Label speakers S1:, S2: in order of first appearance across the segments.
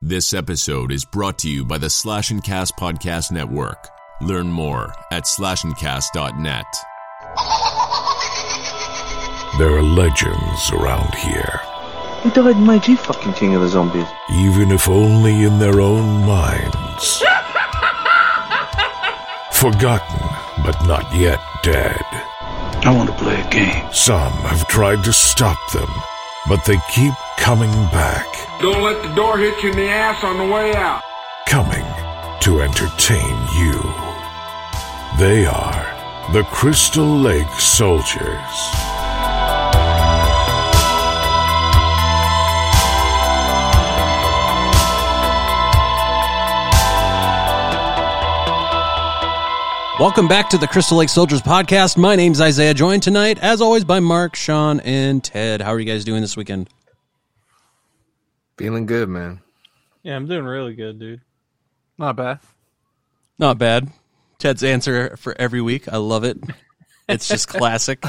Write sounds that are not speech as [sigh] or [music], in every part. S1: This episode is brought to you by the Slash and Cast Podcast Network. Learn more at slashandcast.net.
S2: There are legends around here,
S3: He died in May fucking King of the Zombies.
S2: even if only in their own minds. [laughs] Forgotten, but not yet dead.
S4: I want to play a game.
S2: Some have tried to stop them, but they keep coming back,
S5: Don't let the door hit you in the ass on the way out.
S2: coming to entertain you. They are the Crystal Lake Soldiers.
S6: Welcome back to the Crystal Lake Soldiers podcast. My name's Isaiah, joined tonight, as always, by Mark, Sean, and Ted. How are you guys doing this weekend?
S7: Feeling good, man.
S8: Yeah, I'm doing really good, dude.
S7: Not bad.
S6: Not bad. Ted's answer for every week. I love it. It's just [laughs] classic.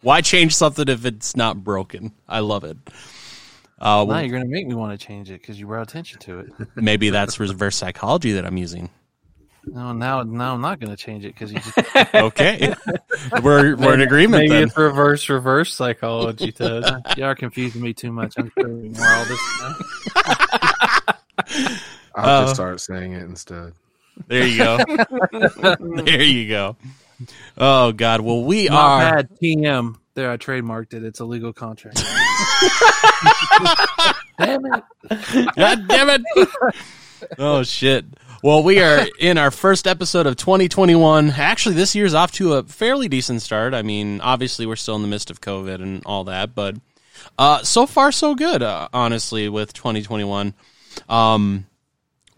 S6: Why change something if it's not broken? I love it. Uh,
S8: Now you're gonna make me want to change it because you brought attention to it.
S6: maybe that's reverse psychology that I'm using.
S8: No, now, now I'm not gonna change it because you
S9: [laughs]
S6: [laughs]
S8: just
S6: Okay, we're we're in agreement
S9: Maybe
S6: then.
S9: it's reverse reverse psychology, Ted.
S8: you are confusing me too much. I'm sorry more all this. Time.
S9: [laughs]
S7: I'll just
S6: Uh,
S7: start saying it instead.
S6: There you go. [laughs] there you go. Oh God. Well, we
S8: Not
S6: are.
S8: bad, TM. There, I trademarked it. It's a legal contract. Damn it!
S6: God damn it. [laughs] oh, shit. Well, we are in our first episode of 2021. Actually, this year's off to a fairly decent start. I mean, obviously, we're still in the midst of COVID and all that, but uh, so far, so good, uh, honestly, with 2021. Um,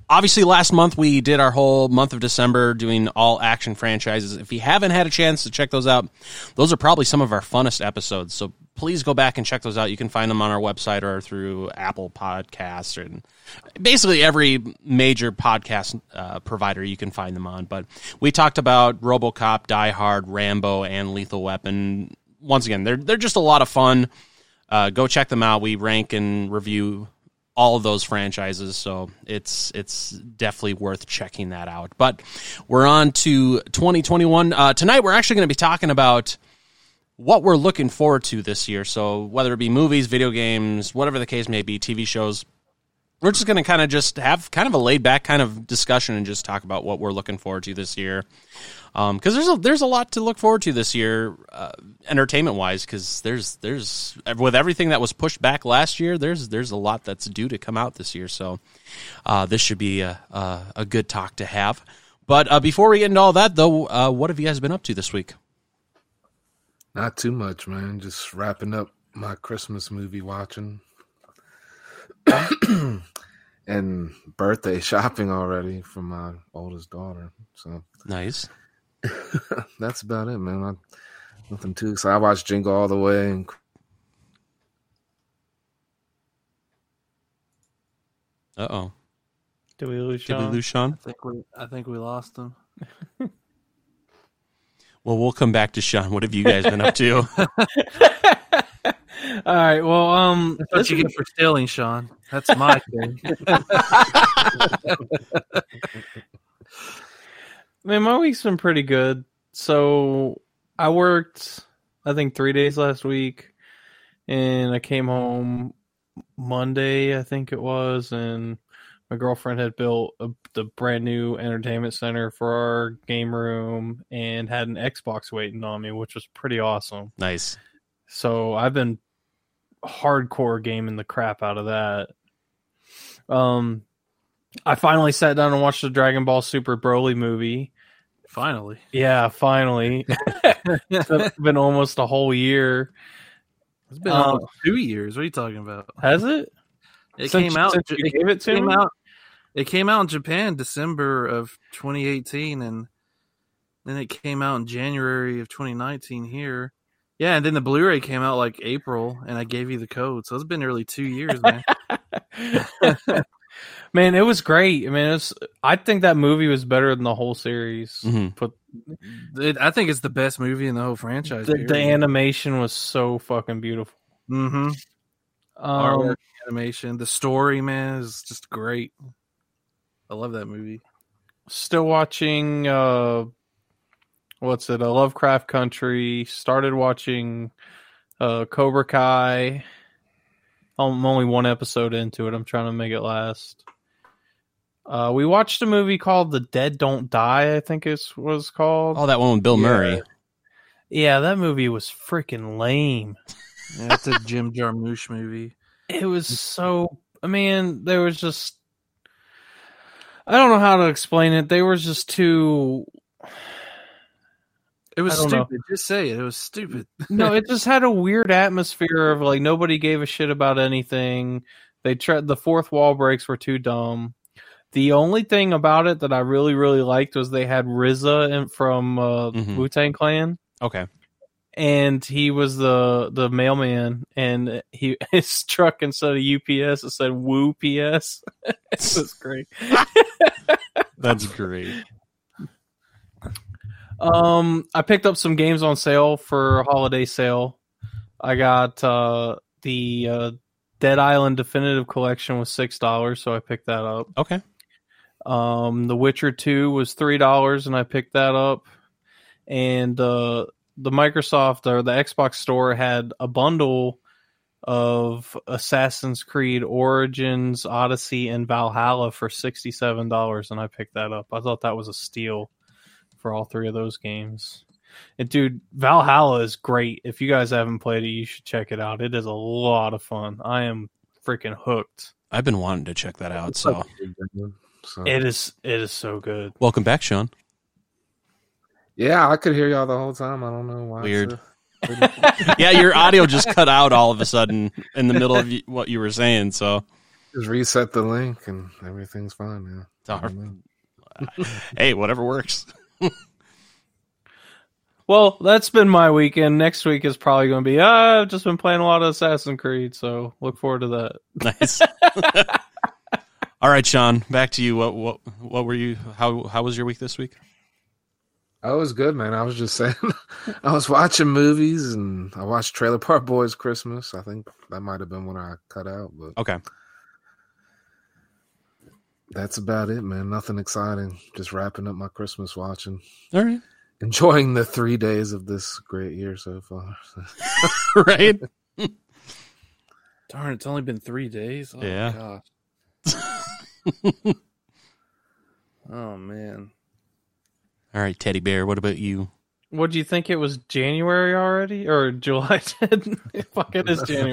S6: obviously, last month we did our whole month of December doing all action franchises. If you haven't had a chance to check those out, those are probably some of our funnest episodes. So please go back and check those out. You can find them on our website or through Apple Podcasts and basically every major podcast uh, provider you can find them on. But we talked about RoboCop, Die Hard, Rambo, and Lethal Weapon. Once again, they're they're just a lot of fun. Uh, go check them out. We rank and review all of those franchises, so it's it's definitely worth checking that out. But we're on to 2021 uh, tonight. We're actually going to be talking about what we're looking forward to this year. So whether it be movies, video games, whatever the case may be, TV shows, we're just going to kind of just have kind of a laid back kind of discussion and just talk about what we're looking forward to this year. Um, cause there's a, there's a lot to look forward to this year, uh, entertainment wise. Cause there's, there's with everything that was pushed back last year, there's, there's a lot that's due to come out this year. So, uh, this should be a, a, a good talk to have. But, uh, before we get into all that though, uh, what have you guys been up to this week?
S7: Not too much, man. Just wrapping up my Christmas movie watching [clears throat] and birthday [laughs] shopping already for my oldest daughter. So
S6: Nice.
S7: that's about it, man. I, nothing too exciting. I watched Jingle All the Way and
S6: Uh oh.
S9: [laughs] Did we lose
S6: Did we
S9: Sean?
S6: lose Sean?
S8: I think we, I think we lost them.
S6: Well, we'll come back to Sean. What have you guys been up [laughs] to?
S9: [laughs] All right. Well, um,
S8: That's what
S9: this
S8: you
S9: is,
S8: get for stealing, Sean. That's
S9: [laughs]
S8: my thing.
S9: man, my week's been pretty good. So I worked, I think, three days last week, and I came home Monday, I think it was, and my girlfriend had built a, the brand new entertainment center for our game room and had an Xbox waiting on me, which was pretty awesome.
S6: nice.
S9: So I've been hardcore gaming the crap out of that. Um, I finally sat down and watched the Dragon Ball Super Broly movie.
S8: Finally, [laughs]
S9: Yeah, finally.
S8: it's
S9: it's been almost a whole year.
S8: been
S9: Um,
S8: almost two years. What are you talking about?
S9: Has it?
S8: It
S9: Since-
S8: came out.
S9: since
S8: ju-
S9: you gave it to
S8: came
S9: me?
S8: out. It came out in Japan December of 2018, and then it came out in January of 2019 here. Yeah, and then the Blu-ray came out like April, and I gave you the code, so it's been nearly two years,
S9: [laughs]
S8: man.
S9: [laughs] Man, it was great. I mean, it's. I think that movie was better than the whole series.
S8: Mm-hmm.
S6: hmm
S9: But
S8: it, I think it's the best movie in the whole franchise.
S9: the, the animation was so fucking beautiful.
S8: mm-hmm.
S9: Um,
S8: Artwork, animation, the story, man, is just great. I love that movie.
S9: still watching uh what's it a lovecraft country started watching uh cobra kai i'm only one episode into it i'm trying to make it last uh we watched a movie called the dead don't die i think it was called
S6: Oh, that one with Bill Murray.
S9: yeah that movie was freaking lame
S8: Yeah, it's a Jim Jarmusch movie.
S9: It was so. I mean, there was just. I don't know how to explain it. They were just too.
S8: It was
S9: I don't know.
S8: stupid. Just say it. It was stupid.
S9: No, it just had a weird atmosphere of like nobody gave a shit about anything. They tried the fourth wall breaks were too dumb. The only thing about it that I really really liked was they had RZA in, from uh,
S6: Mhm.
S9: Wu Tang Clan,
S6: Okay.
S9: and he was the the mailman, and he [laughs] his truck instead of UPS it said Woo PS. [laughs] it was great.
S6: That's great.
S9: Um, I picked up some games on sale for holiday sale. I got uh, the uh, Dead Island Definitive Collection was six dollars, so I picked that up.
S6: Okay.
S9: Um, The Witcher Two was three dollars, and I picked that up. And uh, the Microsoft or the Xbox Store had a bundle of Assassin's Creed Origins, Odyssey, and Valhalla for sixty-seven dollars, and I picked that up. I thought that was a steal for all three of those games. And dude, Valhalla is great. If you guys haven't played it, you should check it out. It is a lot of fun. I am freaking hooked.
S6: I've been wanting to check that out. So
S7: So,
S9: It is it is so good.
S6: welcome back, Sean.
S7: yeah, I could hear y'all the whole time. I don't know why.
S6: Weird.
S7: so-
S6: Yeah, your audio just cut out all of a sudden in the middle of y- what you were saying. So
S7: Just reset the link and everything's fine now. I
S6: Darn.
S7: don't know.
S6: hey, whatever works. [laughs]
S9: Well, that's been my weekend. Next week is probably going to be. Uh, I've just been playing a lot of Assassin's Creed, so look forward to that.
S6: Nice. [laughs] all right, Sean, back to you. What what what were you? How how was your week this week?
S7: I Oh, was good, man. I was just [laughs] saying, I was watching movies and I watched Trailer Park Boys Christmas. I think that might have been when I cut out, but
S6: Okay.
S7: that's about it, man. Nothing exciting. Just wrapping up my Christmas watching,
S6: All right.
S7: enjoying the three days of this great year so far.
S6: [laughs]
S7: [laughs]
S6: Right.
S8: Darn, it's only been three days. Oh, my
S6: Yeah.
S8: gosh.
S6: [laughs]
S8: oh man.
S6: All right, Teddy Bear. What about you?
S9: What do you think? It was January already or [laughs] July? Fuck, it
S6: [laughs]
S9: is January.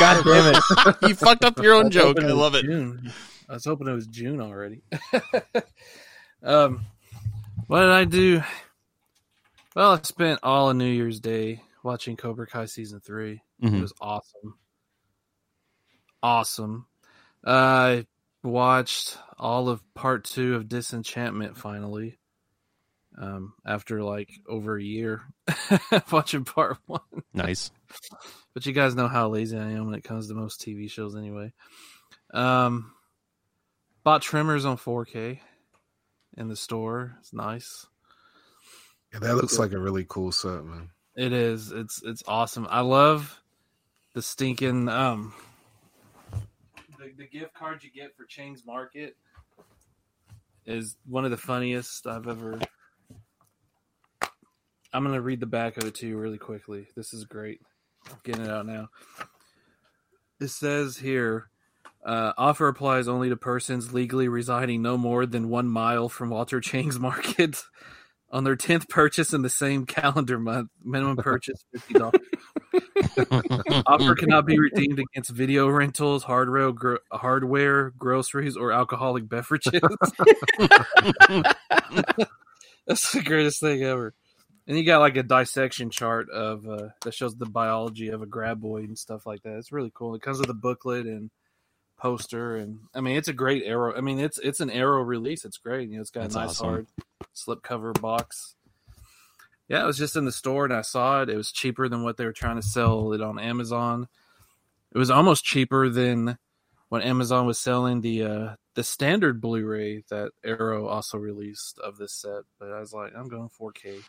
S9: God damn it!
S6: You fucked up your own
S8: was
S6: joke.
S8: hoping
S6: I
S8: was
S6: love it.
S8: June. I was hoping it was June already. [laughs] um, what did I do? Well, I spent all of New Year's Day watching Cobra Kai season 3 It
S6: Mhm.
S8: was awesome, awesome. I watched all of part two of Disenchantment finally. Um, after like over a year [laughs] watching part one.
S6: Nice. [laughs]
S8: But you guys know how lazy I am when it comes to most TV shows anyway. Um bought trimmers on 4K in the store. It's nice.
S7: Yeah, that looks like a really cool set, man.
S8: It is. It's it's awesome. I love the stinking um the, the gift card you get for Chains Market is one of the funniest I've ever I'm gonna read the back of it to you really quickly. This is great. I'm getting it out now. It says here uh, offer applies only to persons legally residing no more than one mile from Walter Chang's [laughs] Market on their 10th purchase in the same calendar month. Minimum purchase $50. Offer cannot be redeemed against video rentals, hardware, gro- hardware, groceries, or alcoholic beverages. [laughs] That's the greatest thing ever. And you got like a dissection chart of uh, that shows the biology of a graboid and stuff like that. It's really cool. It comes with a booklet and poster, and I mean, it's a great arrow. I mean, it's it's an arrow release. It's great. You know, it's got
S6: That's
S8: a nice
S6: awesome.
S8: hard slipcover box. Yeah, it was just in the store, and I saw it. It was cheaper than what they were trying to sell it on Amazon. It was almost cheaper than when Amazon was selling the uh, the standard Blu-ray that Arrow also released of this set. But I was like, I'm going 4K.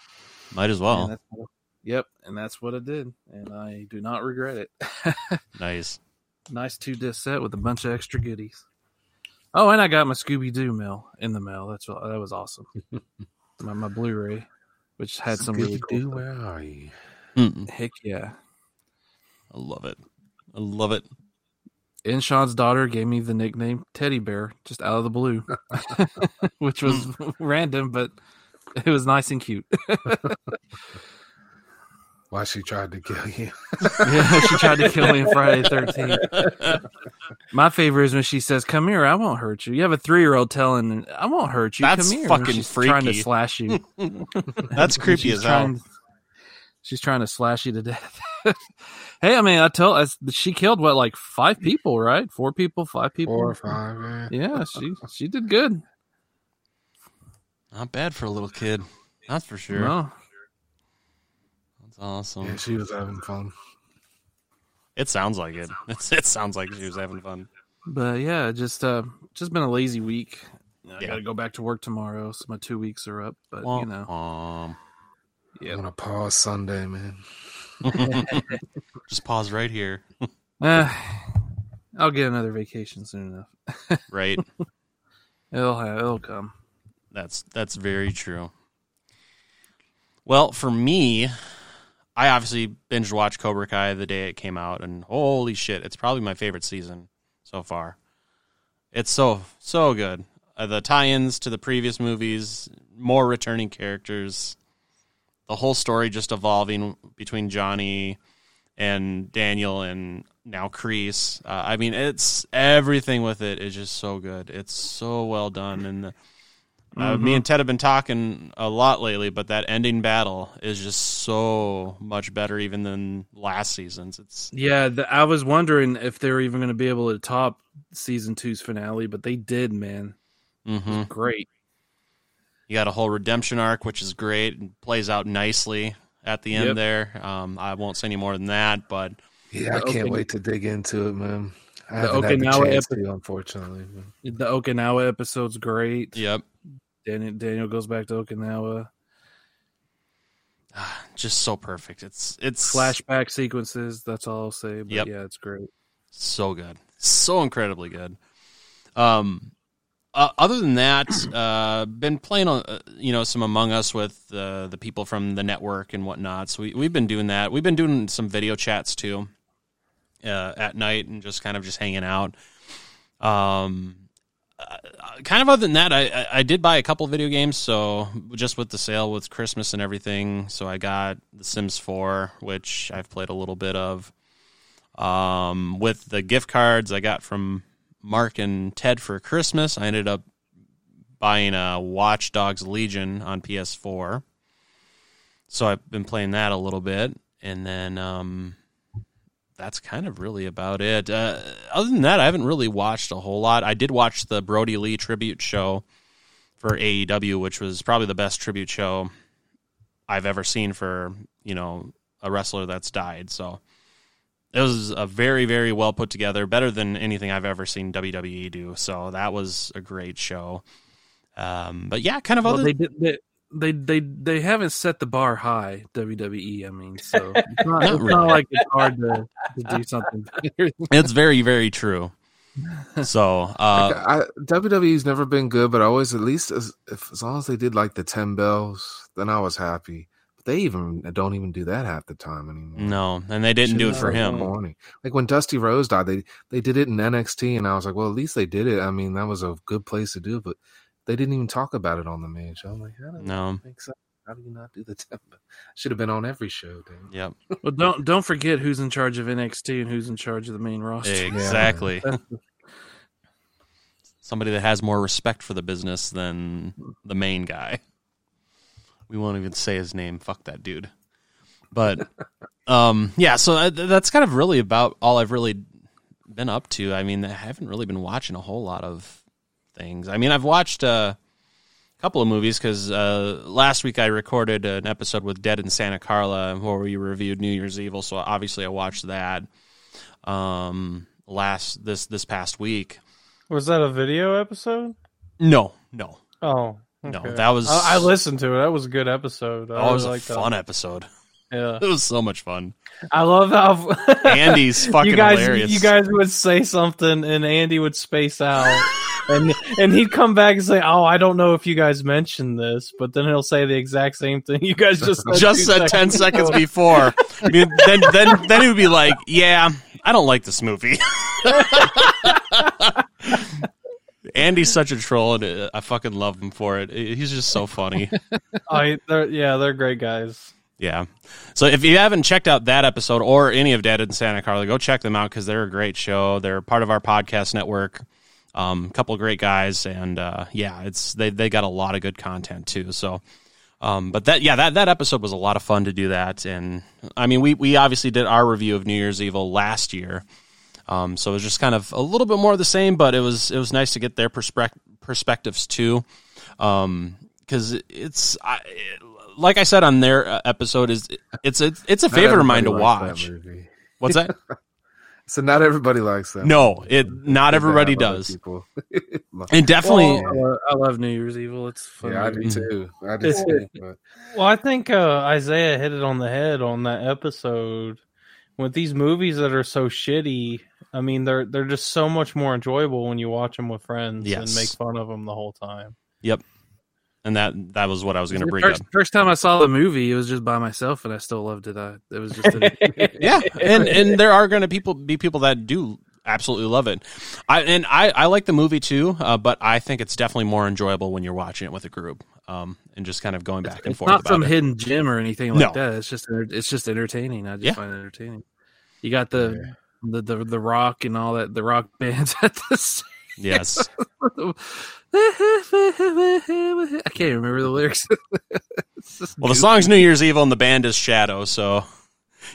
S6: Might as
S8: And
S6: well.
S8: that's what- yep, and that's what I did, and I do not regret it.
S6: Nice.
S8: [laughs] Nice two disc set with a bunch of extra goodies. Oh, and I got my Scooby Doo mail in the mail. That's what, that was awesome. my, my Blu-ray, which had some really cool.
S7: Scooby-Doo,
S8: stuff.
S7: where are you?
S6: Mm-mm.
S8: Heck yeah!
S6: I love it. I love it.
S8: And Sean's daughter gave me the nickname Teddy Bear just out of the blue, [laughs] which was [laughs] random, but it was nice and cute.
S7: Why she tried to kill you?
S8: Yeah, she tried to kill me in Friday the 13th.
S6: [laughs]
S8: My favorite is when she says, Come here, I won't hurt you. You have a three year old telling, I won't hurt you.
S6: That's
S8: Come here.
S6: fucking
S8: she's trying to
S6: freaky.
S8: slash you.
S6: That's creepy [laughs]
S8: she's
S6: as hell.
S8: trying- she's trying to slash you to death. [laughs] hey, I mean, I tell us she killed what, like five people, right? Four people, five people.
S7: Four or five, eh? man.
S8: Yeah, she she did good.
S6: Not bad for a little kid. That's for sure.
S8: No.
S6: That's awesome.
S7: Yeah, she was having fun.
S6: It sounds like it. [laughs] It's, it sounds like she was having fun.
S8: But yeah, just uh just been a lazy week. I
S6: Yeah.
S8: gotta go back to work tomorrow, so my two weeks are up. But you know,
S6: Um,
S7: Yeah. I'm gonna pause Sunday, man.
S6: just pause right here.
S8: Eh, I'll get another vacation soon enough.
S6: Right. [laughs]
S8: It'll ha- it'll come.
S6: That's that's very true. Well, for me, I obviously binge watched Cobra Kai the day it came out, and holy shit, it's probably my favorite season so far. It's so so good. Uh, the tie-ins to the previous movies, more returning characters, the whole story just evolving between Johnny and Daniel and now Crease. Uh, I mean, it's everything with it is just so good. It's so well done, and. The, uh, me and Ted have been talking a lot lately, but that ending battle is just so much better even than last season's. It's
S8: Yeah, the, I was wondering if they were even going to be able to top season two's finale, but they did, man.
S6: hmm
S8: Great.
S6: you got a whole redemption arc, which is great and plays out nicely at the end
S8: Yep.
S6: there. Um, I won't say any more than that, but
S7: Yeah, I
S8: The
S7: can't
S8: Okin-
S7: wait to dig into it, man. I
S8: The
S7: haven't had the
S8: Okinawa
S7: chance
S8: epi-
S7: to, unfortunately. man.
S8: The Okinawa episode's great.
S6: yep,
S8: Daniel, Daniel goes back to Okinawa.
S6: [sighs] just so perfect. It's it's
S8: Flashback sequences. That's all I'll say. But
S6: Yep.
S8: yeah, it's great.
S6: so good, so incredibly good. Um, uh, other than that, uh, been playing on uh, you know some Among Us with uh, the people from the network and whatnot. So we we've been doing that. We've been doing some video chats too uh, at night and just kind of just hanging out. Um. uh, Kind of other than that, I, I I did buy a couple video games. So just with the sale with Christmas and everything, so I got The Sims 4, which I've played a little bit of um, with the gift cards I got from Mark and Ted for Christmas. I ended up buying a Watch Dogs Legion on PS4. So I've been playing that a little bit, and then um, that's kind of really about it. Uh, other than that, I haven't really watched a whole lot. I did watch the Brody Lee tribute show for AEW, which was probably the best tribute show I've ever seen for you know a wrestler that's died. So it was a very very well put together better than anything i've ever seen wwe do so that was a great show um, but yeah kind of
S8: Well,
S6: other
S8: they did. They, they they they haven't set the bar high. WWE. I mean, so it's not, it's
S6: really.
S8: not like it's hard to, to do something better.
S6: it's very very true so [laughs] uh,
S7: I, WWE's never been good, but I always at least as if, as long as they did like the ten bells, then I was happy. But they even don't even do that half the time anymore.
S6: no and they didn't do it
S7: Shit's
S6: for
S7: so
S6: him
S7: corny. Like when Dusty Rose died, they they did it in NXT, and I was like, well, at least they did it. I mean, that was a good place to do, it, but they didn't even talk about it on the main show. I'm like, how do
S6: no
S7: make sense? How do you not do the [laughs] ten? bell? Should have been on every show. Damn.
S6: yep
S8: Well, don't don't forget who's in charge of NXT and who's in charge of the main roster.
S6: exactly somebody that has more respect for the business than the main guy we won't even say his name fuck that dude but um yeah so I, th- that's kind of really about all i've really been up to i mean i haven't really been watching a whole lot of things i mean i've watched uh, a couple of movies because uh, last week i recorded an episode with dead in santa carla where we reviewed new year's evil so obviously i watched that um last this this past week
S9: Was that a video episode?
S6: no no
S9: Oh,
S6: No,
S9: okay.
S6: that was-
S9: I, I listened to it. That was a good episode. I
S6: oh, it was
S9: really
S6: a
S9: liked that. [laughs]
S6: fun episode
S9: Yeah.
S6: It was so much fun.
S9: I love how [laughs]
S6: Andy's fucking
S9: you guys,
S6: hilarious.
S9: You guys would say something, and Andy would space out, and and he'd come back and say, "Oh, I don't know if you guys mentioned this," but then he'll say the exact same thing you guys just said
S6: just
S9: two
S6: said
S9: seconds
S6: ten
S9: [laughs]
S6: seconds
S9: ago.
S6: before. I mean, then then then he would be like, "Yeah, I don't like this movie." [laughs] Andy's such a troll, and uh, I fucking love him for it. He's just so
S9: [laughs]
S6: funny.
S9: I, Oh, they're, yeah, they're great guys.
S6: Yeah. So if you haven't checked out that episode or any of Dad in Santa Carla, go check them out because they're a great show. They're part of our podcast network. Um, couple great guys, and uh, yeah, it's they they got a lot of good content too. So, um, but that yeah that that episode was a lot of fun to do that, and I mean we we obviously did our review of New Year's Evil last year, um, so it was just kind of a little bit more of the same, but it was it was nice to get their perspective perspectives too um because it's I, like I said on their uh, episode is it's a it's a
S7: Not
S6: favorite of mine to
S7: everybody likes
S6: watch.
S7: that movie.
S6: What's
S7: [laughs]
S6: that?
S7: So not everybody likes that.
S6: no, it not
S7: Because they
S6: everybody
S7: have other
S6: does.
S7: people. [laughs]
S6: And definitely
S9: Well, I, love, I love New Year's Evil. It's fun.
S7: yeah, I do
S6: Mm-hmm.
S7: too. I do too. But
S9: Well, I think uh, Isaiah hit it on the head on that episode. With these movies that are so shitty, I mean they're they're just so much more enjoyable when you watch them with friends and
S6: Yes.
S9: make fun of them the whole time.
S6: yep. And that that was what I was going to
S8: The
S6: bring up.
S8: first, first time I saw the movie, it was just by myself, and I still loved it. I, it was just [laughs] a,
S6: Yeah, and and there are going to people be people that do absolutely love it. I and I I like the movie too, uh, but I think it's definitely more enjoyable when you're watching it with a group. Um, and just kind of going back and
S8: it's
S6: forth.
S8: not
S6: about
S8: some
S6: it.
S8: hidden gem or anything
S6: No.
S8: like that. It's just enter- it's just entertaining. I just
S6: Yeah.
S8: find it entertaining. You got the. The, the the rock and all that the rock bands [laughs] at this
S6: Yes.
S8: I can't remember the lyrics. It's just
S6: Well, the
S8: goofy.
S6: song's New Year's Evil and the band is Shadow, so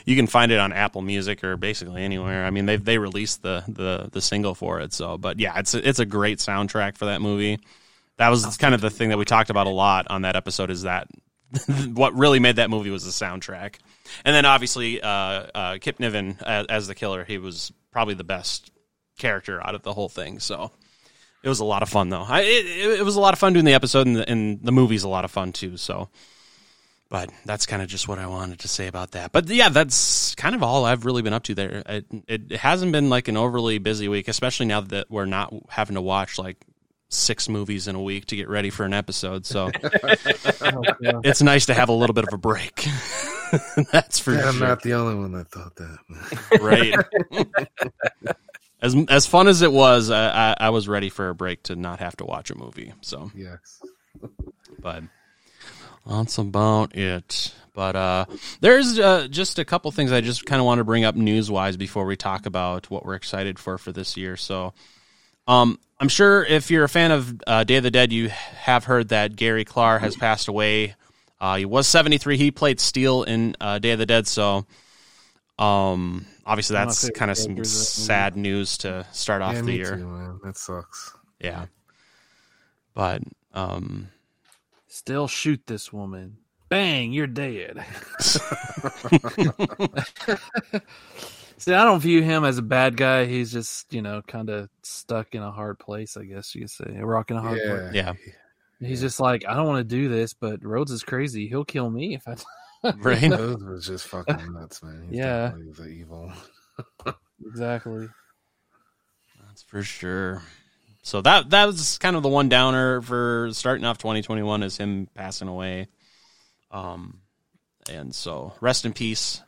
S6: you can find it on Apple Music or basically anywhere. I mean, they they released the the the single for it, so but yeah, it's a, it's a great soundtrack for that movie. That was kind of the thing that we talked about a lot on that episode is that [laughs] what really made that movie was the soundtrack. And then obviously uh, uh, Kip Niven as, as the killer, he was probably the best character out of the whole thing. So it was a lot of fun though. I, it, it- it was a lot of fun doing the episode and the, and the movie's a lot of fun too. So but that's kind of just what I wanted to say about that. But yeah, that's kind of all I've really been up to there. It, it hasn't been like an overly busy week, especially now that we're not having to watch like six movies in a week to get ready for an episode. So it's nice to have a little bit of a break. [laughs] that's for
S7: I'm
S6: sure.
S7: not the only one that thought that.
S6: Right. as as fun as it was, I, I, I was ready for a break to not have to watch a movie. So
S7: yes.
S6: but that's about it. But uh, there's uh, just a couple things I just kind of want to bring up news wise before we talk about what we're excited for for this year. So, um, I'm sure if you're a fan of uh, Day of the Dead, you have heard that Gary Clark has passed away. Uh, he was 73. He played Steel in uh, Day of the Dead, so um, obviously
S8: One of my
S6: that's
S8: favorite
S6: kind of some
S8: characters,
S6: sad
S8: that movie.
S6: news to start off
S7: yeah,
S6: the
S7: me
S6: year.
S7: too, man. That sucks.
S6: Yeah, but um,
S8: Still shoot this woman. Bang, you're dead. [laughs] See, I don't view him as a bad guy. He's just, you know, kind of stuck in a hard place, I guess you could say. A rock in a hard place.
S7: Yeah.
S6: yeah, [laughs]
S8: He's just like, I don't want to do this, but Rhodes is crazy. He'll kill me if I.
S6: right.
S7: Those were just fucking nuts, man. He's
S8: Yeah.
S7: definitely The evil.
S8: Exactly.
S6: That's for sure. So that that was kind of the one downer for starting off 2021 is him passing away. Um, and so rest in peace.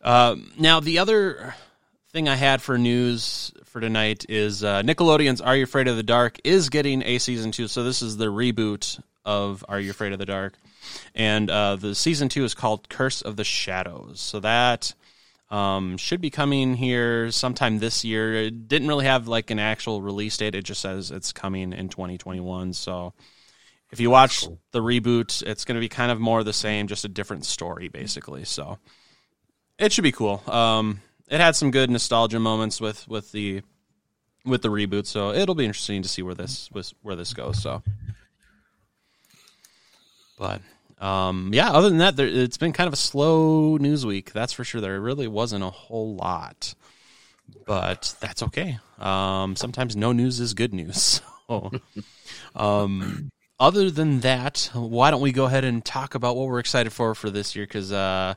S6: Um, now the other thing I had for news for tonight is uh, Nickelodeon's "Are You Afraid of the Dark" is getting a season two. So this is the reboot of "Are You Afraid of the Dark," and uh, the season two is called "Curse of the Shadows." So that um, should be coming here sometime this year. It didn't really have like an actual release date. It just says it's coming in 2021. So if you watch the reboot, it's going to be kind of more the same, just a different story basically. So it should be cool. Um, it had some good nostalgia moments with with the with the reboot, so it'll be interesting to see where this was where this goes. So, but um, yeah, other than that, there, it's been kind of a slow news week. That's for sure. There really wasn't a whole lot, but that's [laughs] okay. Um, sometimes no news is good news. So, um, other than that, why don't we go ahead and talk about what we're excited for for this year? Because, uh,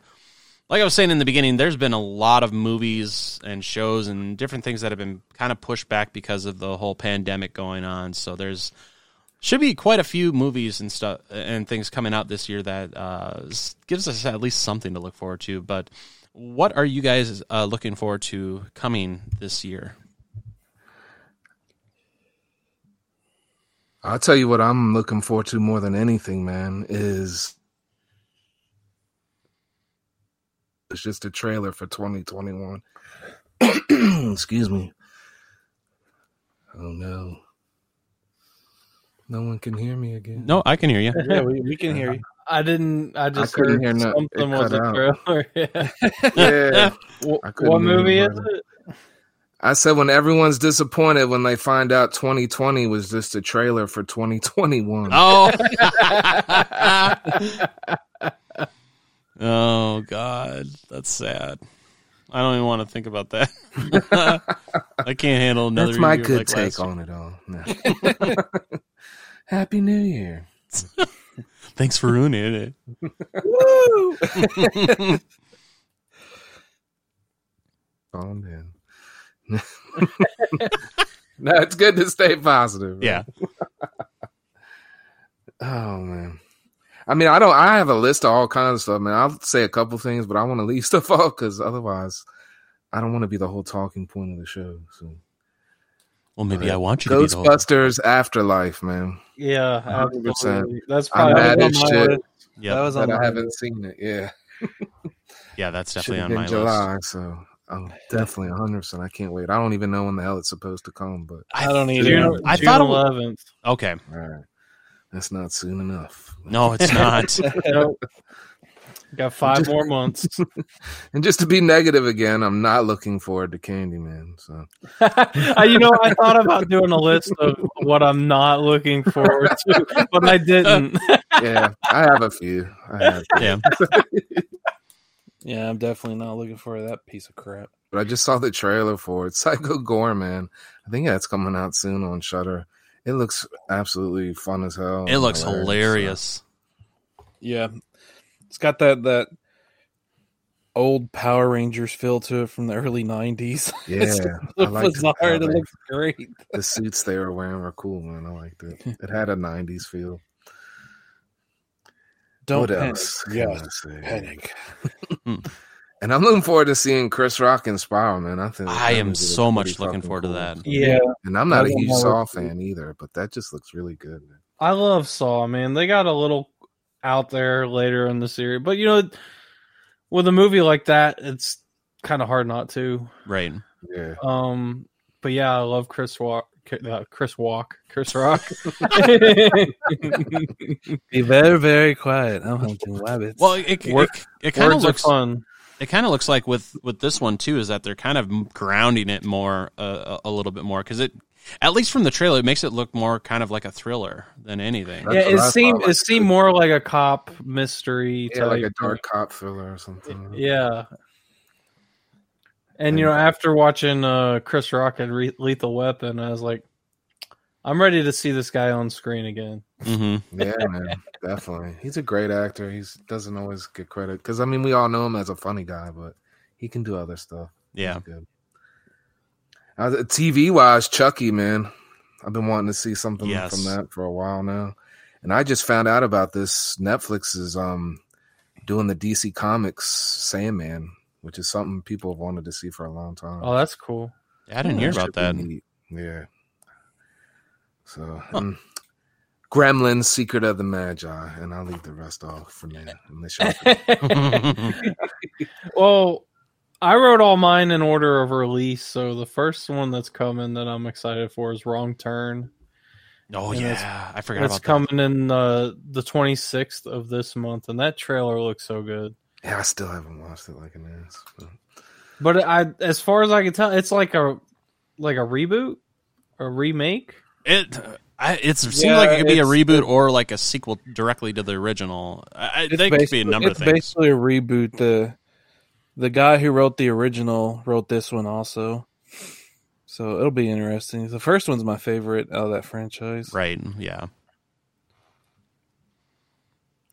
S6: like I was saying in the beginning, there's been a lot of movies and shows and different things that have been kind of pushed back because of the whole pandemic going on. So there's should be quite a few movies and stuff and things coming out this year that uh, s- gives us at least something to look forward to. But what are you guys uh, looking forward to coming this year?
S7: I'll tell you what I'm looking forward to more than anything, man, is it's just a trailer for 2021. [clears throat] Excuse me. Oh no. No one can hear
S6: [laughs]
S7: me again.
S6: No, I can hear
S7: [laughs]
S6: you.
S8: Yeah, we, we can hear you.
S9: I didn't. I just
S7: couldn't
S9: heard
S7: hear no- it
S9: something was
S7: cut
S9: a
S7: out.
S9: trailer. [laughs] Yeah.
S7: Yeah.
S9: Wh-
S7: I couldn't
S9: what
S7: hear
S9: movie is
S7: anybody.
S9: it?
S7: I said when everyone's disappointed when they find out 2020 was just a trailer for 2021.
S6: Oh. oh God, that's sad. I don't even want to think about that.
S7: [laughs]
S6: I can't handle another.
S7: That's my
S6: year
S7: good
S6: like last
S7: take
S6: year.
S7: on it all. No.
S6: [laughs]
S7: [laughs] Happy New Year.
S6: Thanks for ruining it.
S7: Woo! Calm down. [laughs] no, it's good to stay positive.
S6: Yeah.
S7: Oh man. I mean, I don't. I have a list of all kinds of stuff, man. I'll say a couple things, but I want to leave [laughs] stuff off because otherwise, I don't want to be the whole talking point of the show. So,
S6: Well, maybe I want you to be the whole.
S7: Ghostbusters Afterlife, man.
S9: [laughs] Yeah,
S7: 100%.
S9: absolutely. That's
S6: Oh,
S7: I'm
S9: probably
S7: mad
S9: that
S7: as
S9: was on my
S7: shit.
S9: list. That
S6: Yeah,
S9: was on
S7: But I
S9: my
S7: haven't seen it. Yeah.
S6: yeah, that's definitely
S7: Should've
S6: on
S7: been
S6: my list.
S7: July, so I'm definitely 100. percent I can't wait. I don't even know when the hell it's supposed to come, but
S9: I don't
S6: th-
S9: either.
S6: June- I
S9: June
S6: thought it was,
S9: 11th. [laughs]
S6: okay.
S7: all right, that's not soon enough.
S6: No,
S7: [laughs]
S6: it's not.
S7: Oh,
S9: Got five more months. [laughs]
S7: And just to be negative again, I'm not looking forward to Candyman. So
S9: I- you know, I thought about doing a list of what I'm not looking forward to, but I didn't.
S7: yeah, I have a few. I have a few.
S6: yeah.
S8: [laughs] Yeah, I'm definitely not looking for that piece of crap.
S7: but I just saw the trailer for it. Psycho Gore, man. I think that's coming out soon on Shutter. It looks absolutely fun as hell.
S6: It looks
S7: Hilarious.
S6: hilarious.
S8: Yeah, it's got that that old Power Rangers feel to it from the early [laughs] '90s.
S6: [laughs]
S7: Yeah, I like
S8: bizarre. It looks great.
S7: the suits they were wearing were cool, man. I liked
S6: [laughs]
S7: it. It had a '90s feel.
S8: Don't
S7: what
S8: panic.
S7: else? can
S8: Yes,
S7: I say?
S8: panic.
S7: And I'm looking forward to seeing Chris Rock and Spiral, man. I think
S6: I
S7: that
S6: am
S7: movie looks
S6: so
S7: pretty
S6: much looking
S7: fucking
S6: forward
S7: cool.
S6: to that.
S9: Yeah,
S7: And I'm not a
S9: That
S7: huge
S9: one
S7: Saw
S9: looks cool.
S7: fan either, but that just looks really good. Man.
S9: I love Saw, man. They got a little out there later in the series, but you know, with a movie like that, it's kind of hard not to.
S6: Right.
S7: Yeah,
S9: Um, but yeah, I love Chris Walk. Uh, Chris Walk, Chris
S7: [laughs]
S9: Rock. [laughs] Works
S8: Be very, very quiet. I'm hunting rabbits.
S6: Well, it it,
S9: Work-
S6: it, kind of
S9: are
S6: looks
S9: fun.
S6: it kind of looks like with with this one too is that they're kind of grounding it more uh, a a little bit more because it at least from the trailer it makes it look more kind of like a thriller than anything
S7: That's
S9: Yeah,
S7: what
S9: it
S7: I thought,
S9: seemed
S7: like-
S9: it seemed more like a cop mystery.
S6: [laughs]
S7: yeah, like a
S9: type.
S7: dark cop thriller or something.
S9: Yeah. And you know, after watching uh, Chris Rock and Re- Lethal Weapon, I was like, I'm ready to see this guy on screen again.
S6: hmm
S7: yeah, man, definitely. He's a great actor. He's doesn't always get credit because I mean we all know him as a funny guy, but he can do other stuff.
S6: yeah
S7: He's good. Uh, TV wise, Chucky, man, I've been wanting to see something
S6: Yes.
S7: from that for a while now, and I just found out about this. Netflix is um doing the DC Comics Sandman, which is something people have wanted to see for a long time.
S9: Oh,
S6: [laughs]
S9: that's cool. [laughs]
S6: i didn't hear about that
S7: should be neat. Yeah. So, um, Gremlins, Secret of the Magi, and I'll leave the rest off for now. Unless
S6: [laughs]
S7: y'all-
S9: Well, I wrote all mine in order of release, so the first one that's coming that I'm excited for is Wrong Turn.
S6: oh
S9: And that's-
S6: yeah i forgot
S9: It's
S6: about that
S9: coming in the the 26th of this month, and that trailer looks so good.
S7: yeah, I still haven't watched it like an ass. But
S9: But I, as far as I can tell, it's like a like a reboot, a remake.
S6: it I, it seems
S8: Yeah,
S6: like it could be a
S8: it's-
S6: reboot or like a sequel directly to the original. I, I
S8: It's
S6: think it could be a
S8: basically-
S6: number of
S8: it's
S6: things.
S8: basically a reboot. The the guy who wrote the original wrote this one also, so it'll be interesting. The first one's my favorite out of that franchise.
S6: Right? Yeah.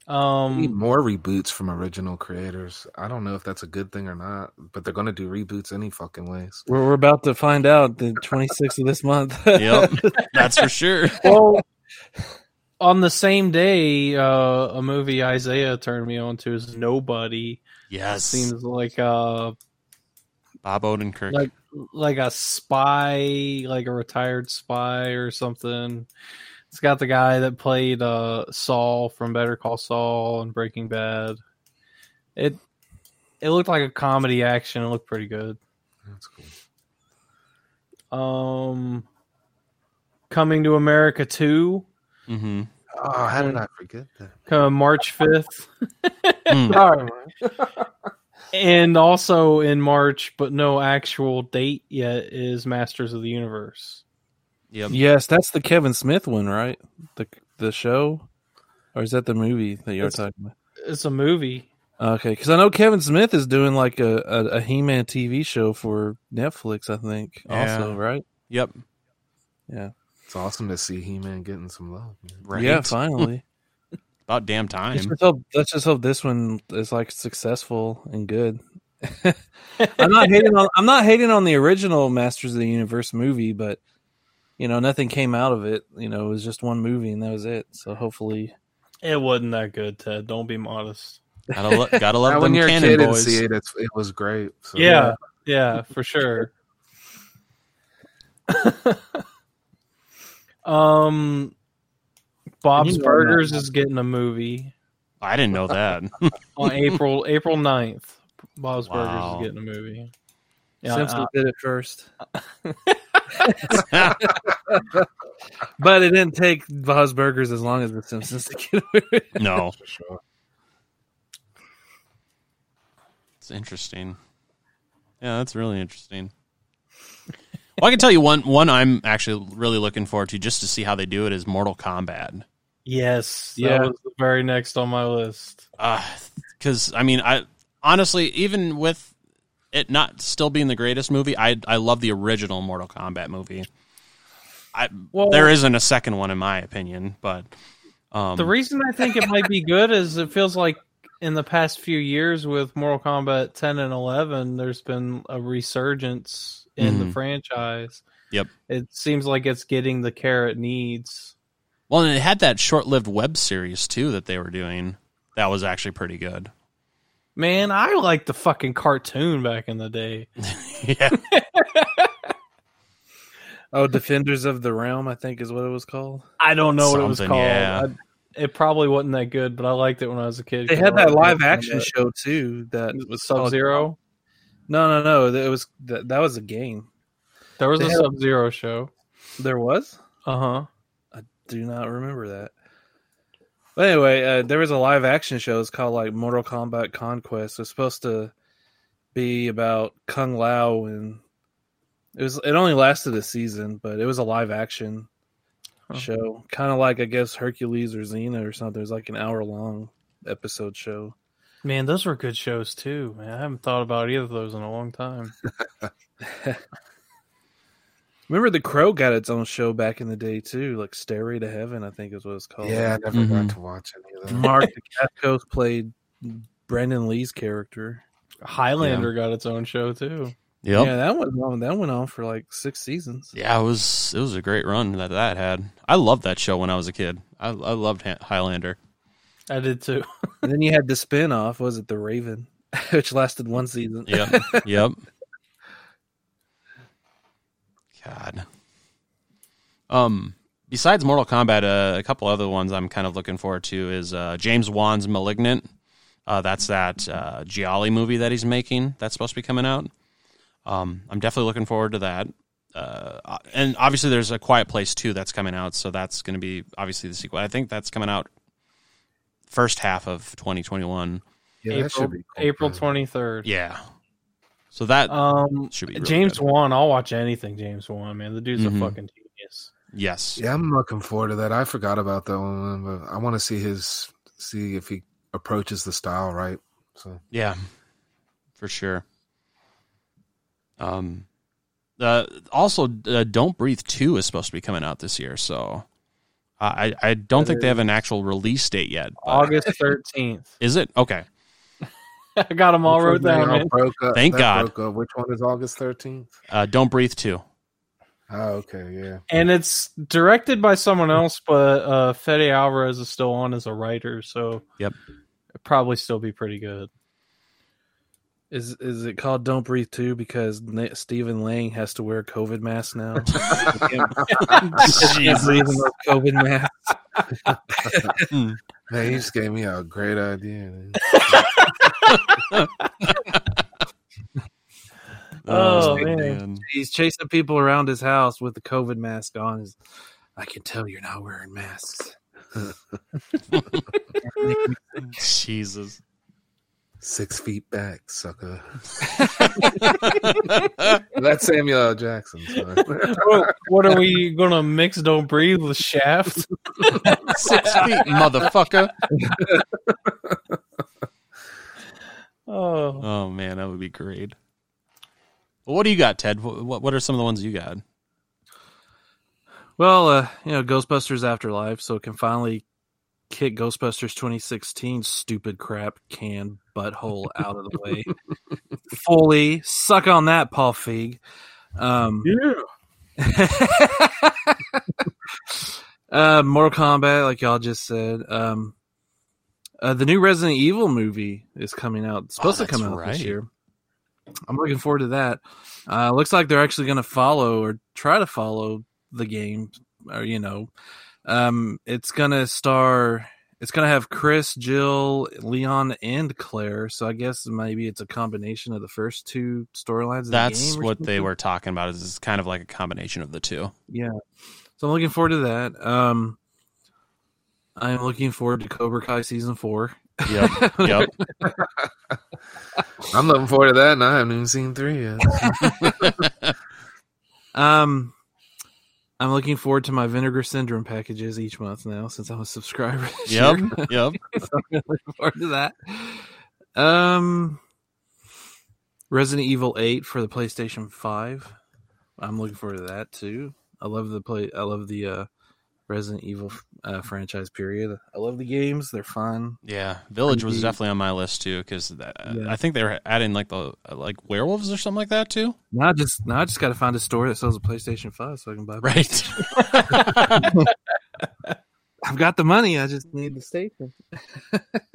S7: We
S6: Mm.
S7: need
S9: Um,
S7: more reboots from original creators. I don't know if that's a good thing or not, but they're going to do reboots any fucking ways.
S8: We're, we're about to find out the 26th of this month. [laughs]
S6: Yep, that's for sure.
S9: well, on the same day, uh, a movie Isaiah turned me on to is Nobody.
S6: Yes,
S9: Seems like uh
S6: Bob Odenkirk.
S9: like like a spy, like a retired spy or something. It's got the guy that played uh, Saul from Better Call Saul and Breaking Bad. It it looked like a comedy action. It looked pretty good.
S7: That's cool.
S9: Um, Coming to America two,
S6: hmm
S7: Oh, how did I forget that?
S9: uh, March fifth,
S6: Mm.
S7: Sorry, man.
S9: and also in March, but no actual date yet is Masters of the Universe.
S6: [laughs] Yep.
S8: yes, that's the Kevin Smith one, right? The the show, or is that the movie that you're
S9: It's-
S8: talking
S9: It's a movie.
S8: about? Okay, because I know Kevin Smith is doing like a, a, a He-Man TV show for Netflix. I think also
S6: Yeah.
S8: right.
S6: Yep.
S7: It's awesome to see He Man getting some love. man.
S6: Right. [laughs]
S8: Yeah, finally.
S6: About damn
S8: Let's
S6: time.
S8: just, hope, let's just hope this one is like successful and good. [laughs] I'm not hating on I'm not hating on the original Masters of the Universe movie, but you know nothing came out of it. You know it was just one movie and that was it. So hopefully,
S9: It wasn't that good, Ted. Don't be modest.
S6: Gotta, lo- gotta love
S7: Now,
S6: them
S7: when you're a
S6: cannon
S7: kid and
S6: boys.
S7: see it, it's, it was great. So,
S9: yeah, yeah, for sure. [laughs] um, Bob's
S8: You know
S9: Burgers is getting a movie
S6: I didn't know
S7: [laughs]
S6: that.
S9: on
S8: [laughs]
S9: April April 9th. Bob's
S6: Wow.
S9: Burgers is getting a movie. Yeah,
S8: Simpsons
S9: uh,
S8: did it [laughs] first, but it didn't take Bob's Burgers as long as the Simpsons to get a movie.
S6: no,
S7: for sure.
S6: it's interesting. Yeah, that's really interesting. Well, I can tell you one one I'm actually really looking forward to just to see how they do it is Mortal Kombat.
S9: yes, that
S8: Yeah.
S9: was the very next on my list.
S6: because I mean, I honestly, even with it not still being the greatest movie, I I love the original Mortal Kombat movie. I
S9: Well-
S6: there isn't a second one in my opinion, but um,
S9: The reason I think it might be good is it feels like in the past few years with Mortal Kombat 10 and 11, there's been a resurgence in the
S6: Mhm.
S9: franchise.
S6: Yep.
S9: It seems like it's getting the care it needs.
S6: well, and it had that short-lived web series too that they were doing. That was actually pretty good.
S9: Man, I liked the fucking cartoon back in the day.
S6: yeah,
S8: Oh, Defenders of the Realm, I think is what it was called.
S9: I don't know what it was
S6: Something,
S9: called.
S6: yeah.
S9: I- it probably wasn't that good, but I liked it when I was a kid.
S8: They
S9: 'cause I
S8: had that
S9: liked
S8: live
S9: Mortal
S8: action
S9: Kombat.
S8: show too. That
S9: It was
S8: called-
S9: Sub Zero.
S8: No, no, no. It was that, that was a game.
S9: There was
S8: They
S9: a
S8: had-
S9: Sub Zero show.
S8: There was.
S9: Uh huh.
S8: I do not remember that. But anyway, uh, there was a live action show. It's called like Mortal Kombat Conquest. It's supposed to be about Kung Lao, and it was. It only lasted a season, but it was a live action
S9: Huh.
S8: show, kind of like I guess Hercules or Xena or something. It was like an hour long episode show.
S9: Man, those were good shows too, man. I haven't thought about either of those in a long time.
S8: Remember, The Crow got its own show back in the day too, like Stairway to Heaven, I think is what it's called.
S7: Yeah, I never
S6: Mhm.
S7: got to watch any of that.
S8: Mark [laughs] DeCascos played Brandon Lee's character.
S9: Highlander got its own show too.
S6: yep.
S8: Yeah, that went on. That went on for like six seasons.
S6: Yeah, it was it was a great run that that had. I loved that show when I was a kid. I I loved Ha- Highlander.
S9: I did too.
S8: And then you had the spin off, was it The Raven, [laughs] which lasted one season.
S6: [laughs] Yep, yep. God. Um. Besides Mortal Kombat, uh, a couple other ones I'm kind of looking forward to is uh, James Wan's *Malignant*. Uh, that's that uh, Gialli movie that he's making. That's supposed to be coming out. Um, I'm definitely looking forward to that. Uh, and obviously, there's a Quiet Place too that's coming out, so that's going to be obviously the sequel. I think that's coming out first half of 2021.
S7: Yeah, that
S9: April
S7: should be cool,
S9: April
S7: man.
S9: twenty third.
S6: Yeah. So that
S9: Um
S6: Should be really
S9: James
S6: good.
S9: Wan, I'll watch anything James Wan, man. The dude's
S6: Mhm.
S9: a fucking genius.
S6: yes,
S7: Yeah, I'm looking forward to that. I forgot about that one, but I want to see his see if he approaches the style right. So
S6: Yeah, for sure. Um, uh, also, uh, Don't Breathe Two is supposed to be coming out this year, so I I don't think they have an actual release date yet. but- [laughs]
S9: August 13th.
S6: Is it okay?
S9: [laughs] I got them all wrote down. man.
S7: broke up.
S6: Thank
S7: that
S6: God.
S7: broke up. Which one is August 13th?
S6: Uh, don't breathe
S8: [laughs]
S6: too.
S7: Oh, okay, yeah.
S9: And it's directed by someone else, but uh, Fede Alvarez is still on as a writer, so
S6: Yep.
S9: it'd probably still be pretty
S6: [laughs]
S9: good.
S8: Is is it called Don't Breathe Too because Na- Stephen Lang has to wear a COVID mask now? He can't-
S6: [laughs]
S8: he can't breathe in those COVID mask.
S7: Man, you just gave me a great idea. man.
S9: Oh, man.
S8: He's chasing people around his house with the COVID mask on. He's, I can tell you're not wearing masks.
S6: Jesus.
S7: Six feet
S6: [laughs]
S7: back, sucker. That's Samuel L. Jackson. so-
S9: what, what are we gonna mix? Don't breathe with Shaft. [laughs]
S6: Six feet, motherfucker.
S9: Oh,
S6: Oh man, that would be great. Well, what do you got, Ted? Wh- What What are some of the ones you got?
S8: Well, uh, you know, Ghostbusters Afterlife, so it can finally kick Ghostbusters 2016 stupid crap can butthole out of the
S6: [laughs]
S8: way fully. Suck on that, Paul Feig. Um, [laughs] uh, Mortal Kombat, like y'all just said. Um, uh, the new Resident Evil movie is coming out. It's supposed
S6: Oh,
S8: to come
S6: that's
S8: out
S6: right.
S8: this year. I'm looking forward to that. Uh, looks like they're actually going to follow or try to follow the game, or you know, um, it's going to star. It's going to have Chris, Jill, Leon, and Claire. So I guess maybe it's a combination of the first two storylines. of the
S6: That's
S8: game or
S6: what they
S8: something.
S6: were talking about. Is it's kind of like a combination of the
S8: [laughs]
S6: two.
S8: So I'm looking forward to that. Um, I'm looking forward to Cobra Kai season four.
S6: Yep. Yep.
S7: I'm looking forward to that, and I haven't even seen three yet.
S8: Um, I'm looking forward to my Vinegar Syndrome packages each month now since I'm a subscriber. [laughs]
S6: [laughs]
S8: this
S6: Yep.
S8: year.
S6: Yep.
S8: [laughs] so I'm really looking forward to that. Um, Resident Evil Eight for the PlayStation Five. I'm looking forward to that too. I love the play. I love the uh, Resident Evil uh, franchise. Period. I love the games. They're fun.
S6: Yeah, Village was
S8: Creepy.
S6: definitely on my list too because
S8: Yeah.
S6: I think they were adding like the uh, like werewolves or something like that too.
S8: Now I just now I just got to find a store that sells a PlayStation Five so I can
S6: [laughs]
S8: buy.
S6: Right.
S8: I've got the money. I just need the station.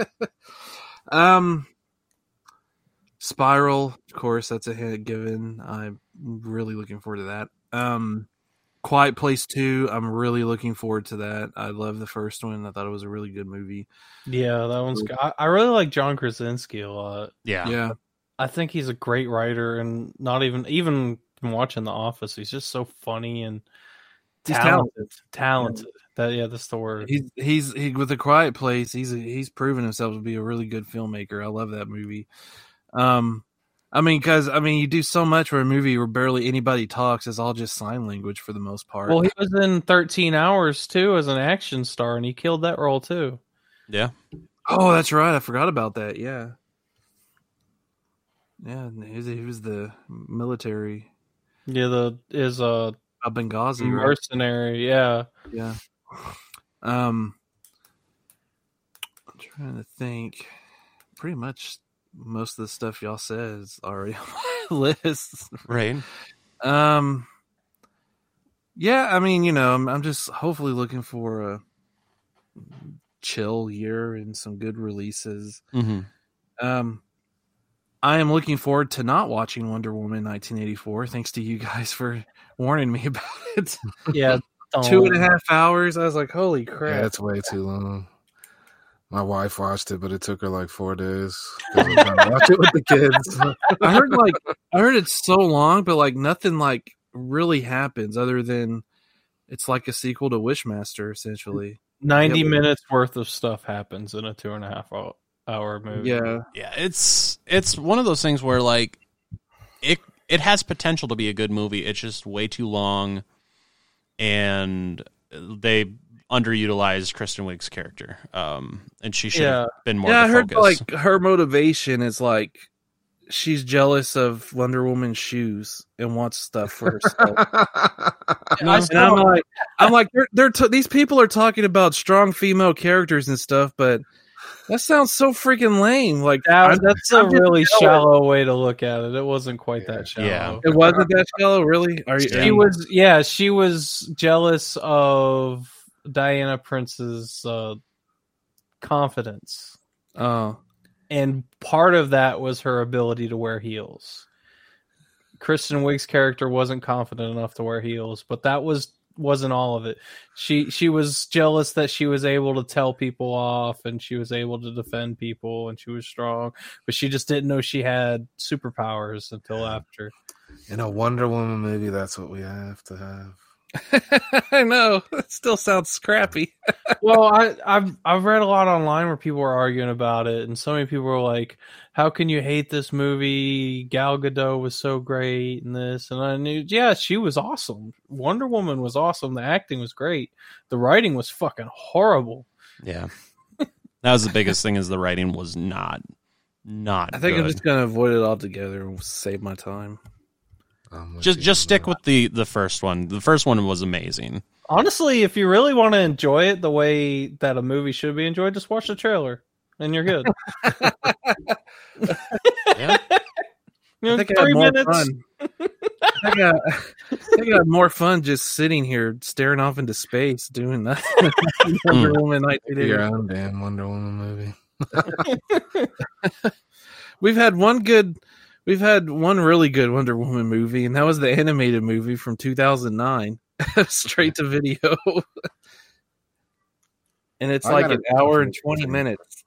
S8: [laughs] um, Spiral, of course, that's a hint given. I'm really looking forward to that. Um, Quiet Place Two. I'm really looking forward to that. I love the first one. I thought it was a really good movie.
S9: yeah, that one's. Good. I, I really like John Krasinski a lot.
S6: yeah.
S8: yeah.
S9: I think he's a great writer, and not even even from watching The Office, he's just so funny and
S8: He's
S9: talented. Talented. That yeah, that's the word.
S8: He's he's he, with a quiet place. He's he's proven himself to be a really good filmmaker. I love that movie. Um, I mean, because I mean, you do so much for a movie where barely anybody talks. It's all just sign language for the most part.
S9: Well, he was in 13 Hours too as an action star, and he killed that role too.
S6: Yeah.
S8: oh, that's right. I forgot about that. Yeah, yeah. and He was, he was the military
S9: Yeah, the is a
S8: of Benghazi.
S9: Mm,
S8: right?
S9: mercenary. Yeah,
S8: Yeah. Um, I'm trying to think. Pretty much most of the stuff y'all said is already [laughs] on my list.
S6: Right.
S8: Um, yeah, I mean, you know, I'm, I'm just hopefully looking for a chill year and some good releases.
S6: hmm
S8: Um, I am looking forward to not watching Wonder Woman 1984. Thanks to you guys for warning me [laughs] about it.
S9: yeah.
S8: Two and
S6: Oh.
S9: [laughs] don't-
S8: a half hours. I was like, holy
S7: Yeah,
S8: crap.
S7: that's way too long. My wife watched it, but it took her like four days. 'cause we were trying to watch it with the kids.
S8: I heard like I heard it's so long, but like nothing like really happens other than it's like a sequel to Wishmaster, essentially.
S9: 90
S8: Yeah, but-
S9: minutes worth of stuff happens in a two and a half hour, hour movie.
S8: Yeah,
S6: Yeah. It's it's one of those things where like it it has potential to be a good movie. It's just way too long, and they underutilized Kristen Wiig's character. Um, and she should have been more. of
S8: yeah. I
S6: the
S8: heard
S6: focus.
S8: like her motivation is like she's jealous of Wonder Woman's shoes and wants stuff for herself.
S9: No,
S8: and I'm like, I'm like, they're, they're t- these people are talking about strong female characters and stuff, but that sounds so freaking lame. Like
S9: that-
S8: I'm-
S9: that's
S8: I'm
S9: a
S8: just
S9: really
S8: jealous.
S9: shallow way to look at it. It wasn't quite that shallow.
S6: Yeah.
S8: It wasn't that shallow, really. Are you? um,
S9: She was yeah, she was jealous of Diana Prince's uh, confidence.
S8: Oh, [laughs]
S9: And part of that was her ability to wear heels. Kristen Wiig's character wasn't confident enough to wear heels, but that was wasn't all of it. She she was jealous that she was able to tell people off and she was able to defend people and she was strong, but she just didn't know she had superpowers until after.
S7: [laughs] In a Wonder Woman movie, that's what we have to have.
S8: I know. It still sounds scrappy.
S9: well, I, I've I've read a lot online where people are arguing about it, and so many people are like, "How can you hate this movie? Gal Gadot was so great, and this." And I knew, yeah, she was awesome. Wonder Woman was awesome. The acting was great. The writing was fucking horrible.
S6: Yeah. [laughs] That was the biggest thing is the writing was not not
S8: I think I'm
S6: good.
S8: just gonna avoid it altogether and save my time.
S7: Um,
S6: just just stick with the the first one. The first one was amazing.
S9: Honestly, if you really want to enjoy it the way that a movie should be enjoyed, just watch the trailer, and
S8: [laughs]
S9: you're good.
S6: Yeah.
S9: [laughs] You know,
S8: I think I
S9: three
S8: had more
S9: minutes.
S8: fun. I [laughs] think I, I think I had more fun just sitting here staring off into space doing that. [laughs] Wonder Woman
S7: with
S8: 1980.
S7: your own damn Wonder Woman movie.
S8: We've had one good, we've had one really good Wonder Woman movie, and that was the animated movie from 2009, [laughs] straight to video. [laughs] and it's
S7: I
S8: like
S7: gotta-
S8: an hour and 20 minutes.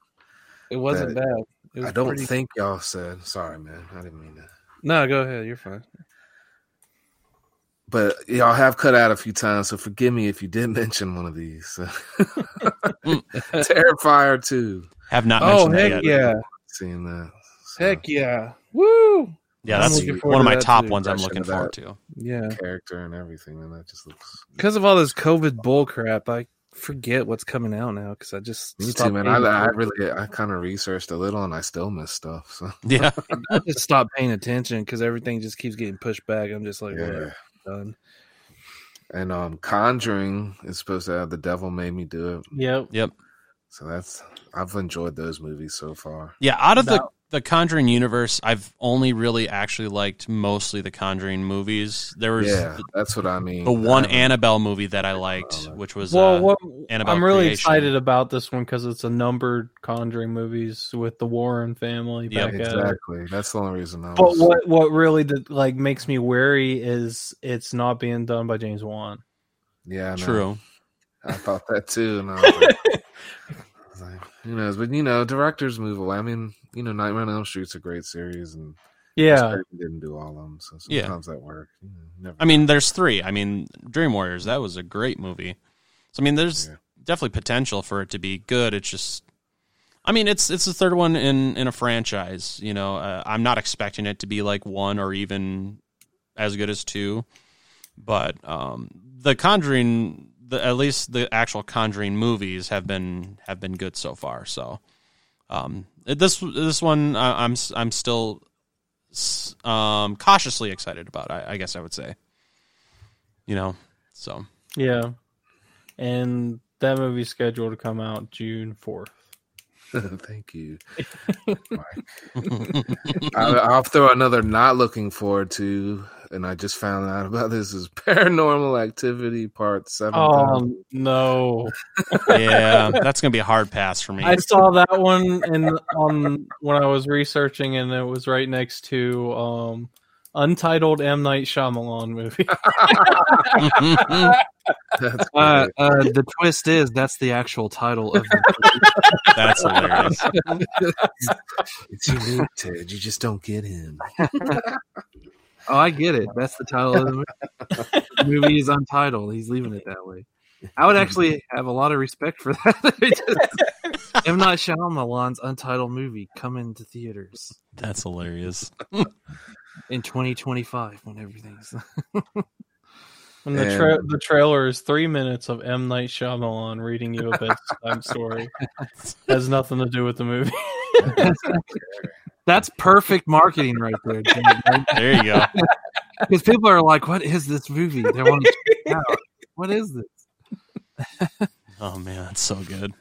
S8: It wasn't
S7: That-
S8: bad. It was
S7: I don't
S8: pretty-
S7: think y'all said. Sorry, man. I didn't mean that.
S8: No, go ahead. You're fine.
S7: But y'all have cut out a few times, so forgive me if you did [laughs] mention one of these. So.
S6: Mm.
S7: [laughs] Terrifier 2.
S6: Have not
S8: Oh
S6: mentioned
S8: heck
S6: that yet.
S8: yeah!
S7: Seeing that. So,
S8: Heck yeah! Woo!
S6: Yeah,
S7: I'm
S6: that's
S7: looking
S8: forward
S6: one of
S8: to
S6: my
S8: that
S6: top
S8: too.
S6: ones I'm
S7: Impression
S6: looking
S7: of that.
S6: forward to. [laughs]
S8: Yeah,
S7: Character and everything, and that just looks.
S8: because of all this COVID bull crap, I forget what's coming out now. Because I just
S7: Me too,
S8: stopped
S7: man. I,
S8: paying
S7: I
S8: attention.
S7: really, I kind of researched a little, and I still miss stuff. So
S6: Yeah.
S8: [laughs] I just stopped paying attention because everything just keeps getting pushed back. I'm just like,
S7: Yeah.
S8: whatever, done.
S7: And um, Conjuring is supposed to have The Devil Made Me Do It.
S9: Yep.
S6: Yep.
S7: So that's I've enjoyed those movies so far.
S6: Yeah, out of the
S9: No.
S6: the Conjuring universe, I've only really actually liked mostly the Conjuring movies. There was
S7: yeah,
S6: the,
S7: that's what I mean. um,
S6: the one
S7: I haven't-
S6: Annabelle movie that I liked, which was
S9: Well,
S6: uh,
S9: what,
S6: Annabelle
S9: I'm really
S6: creation.
S9: excited about this one because it's a numbered Conjuring movies with the Warren family
S6: Yep.
S9: back at it.
S7: exactly. That's the only reason. I
S9: But
S7: was,
S9: what what really did, like makes me wary is it's not being done by James Wan.
S7: Yeah, I know.
S6: true.
S7: I thought that too, and I was
S6: [laughs]
S7: like, I was like, who knows? But you know, directors move away. I mean, you know, Nightmare on Elm Street's a great series, and
S9: Yeah,
S7: Disturbed didn't do all of them. So
S6: Yeah.
S7: sometimes that works. You know, never
S6: I mean, there's three. I mean, Dream Warriors, that was a great movie. So I mean, there's
S7: Yeah.
S6: definitely potential for it to be good. It's just I mean, it's it's the third one in in a franchise, you know. Uh, I'm not expecting it to be like one or even as good as two. But um the Conjuring the at least the actual Conjuring movies have been have been good so far, so um this this one I, I'm s- I'm still s- um cautiously excited about. I, I guess I would say you know. So
S9: yeah, and that movie's scheduled to come out June fourth.
S7: [laughs] Thank you. I, I'll throw another not looking forward to, and I just found out about this is [laughs] Paranormal Activity Part Seven.
S9: Oh no!
S6: [laughs] yeah, that's gonna be a hard pass for me.
S9: I saw that one and on when I was researching, and it was right next to um untitled M Night Shyamalan movie.
S7: [laughs] That's
S8: Uh,
S7: great.
S8: uh, the twist is that's the actual title of the
S6: [laughs] that's hilarious.
S7: it's unique, Ted. You just don't get him.
S8: Oh, I get it. That's the title of the movie. the movie is untitled. He's leaving it that way. I would actually have a lot of respect for [laughs] that. It just- M. Night Shyamalan's untitled movie coming to theaters
S6: That's hilarious.
S8: in 2025 when everything's. [laughs]
S9: And the,
S7: And-
S9: tra- the trailer is three minutes of
S8: [laughs]
S9: M. Night Shyamalan reading you a bedtime story. Has nothing to do with the movie.
S8: That's perfect marketing right there.
S6: There you go.
S8: Because people are like, what is this movie? They want to check it out. What is this?
S6: Oh man, that's so good.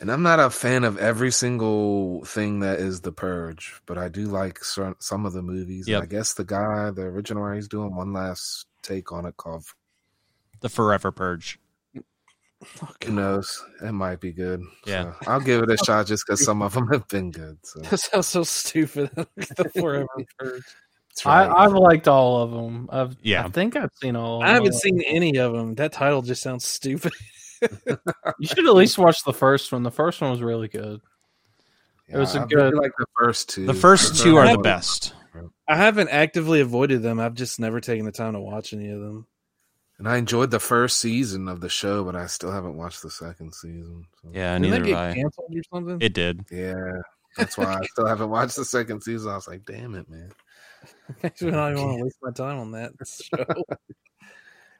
S7: And I'm not a fan of every single thing that is The Purge, but I do like cer- some of the movies.
S6: Yep.
S7: And I guess the guy, the original, writer, he's doing one last take on it called
S6: The Forever Purge.
S7: Who knows? It might be good.
S6: Yeah.
S7: So, I'll give it a shot just because some of them have been good.
S9: [laughs]
S7: So.
S10: [laughs] That sounds so stupid. [laughs] the forever purge.
S7: That's right.
S9: I, I've liked all of them. I've,
S6: Yeah.
S9: I think I've seen all. Of
S10: I haven't
S9: them.
S10: seen any of them. That title just sounds stupid. [laughs]
S9: You should at least watch the first one. The first one was really good. it was a
S7: I really
S9: good-
S7: like the first two.
S6: The first two are the
S7: one-
S6: best.
S10: I haven't actively avoided them. I've just never taken the time to watch any of them.
S7: And I enjoyed the first season of the show, but I still haven't watched the second season. So.
S6: Yeah,
S10: Didn't
S6: neither
S10: that get
S6: have I.
S10: canceled or something?
S6: It did.
S7: Yeah. That's why I still haven't watched the second season. I was like, damn it, man.
S10: I don't even want to waste my time on that show.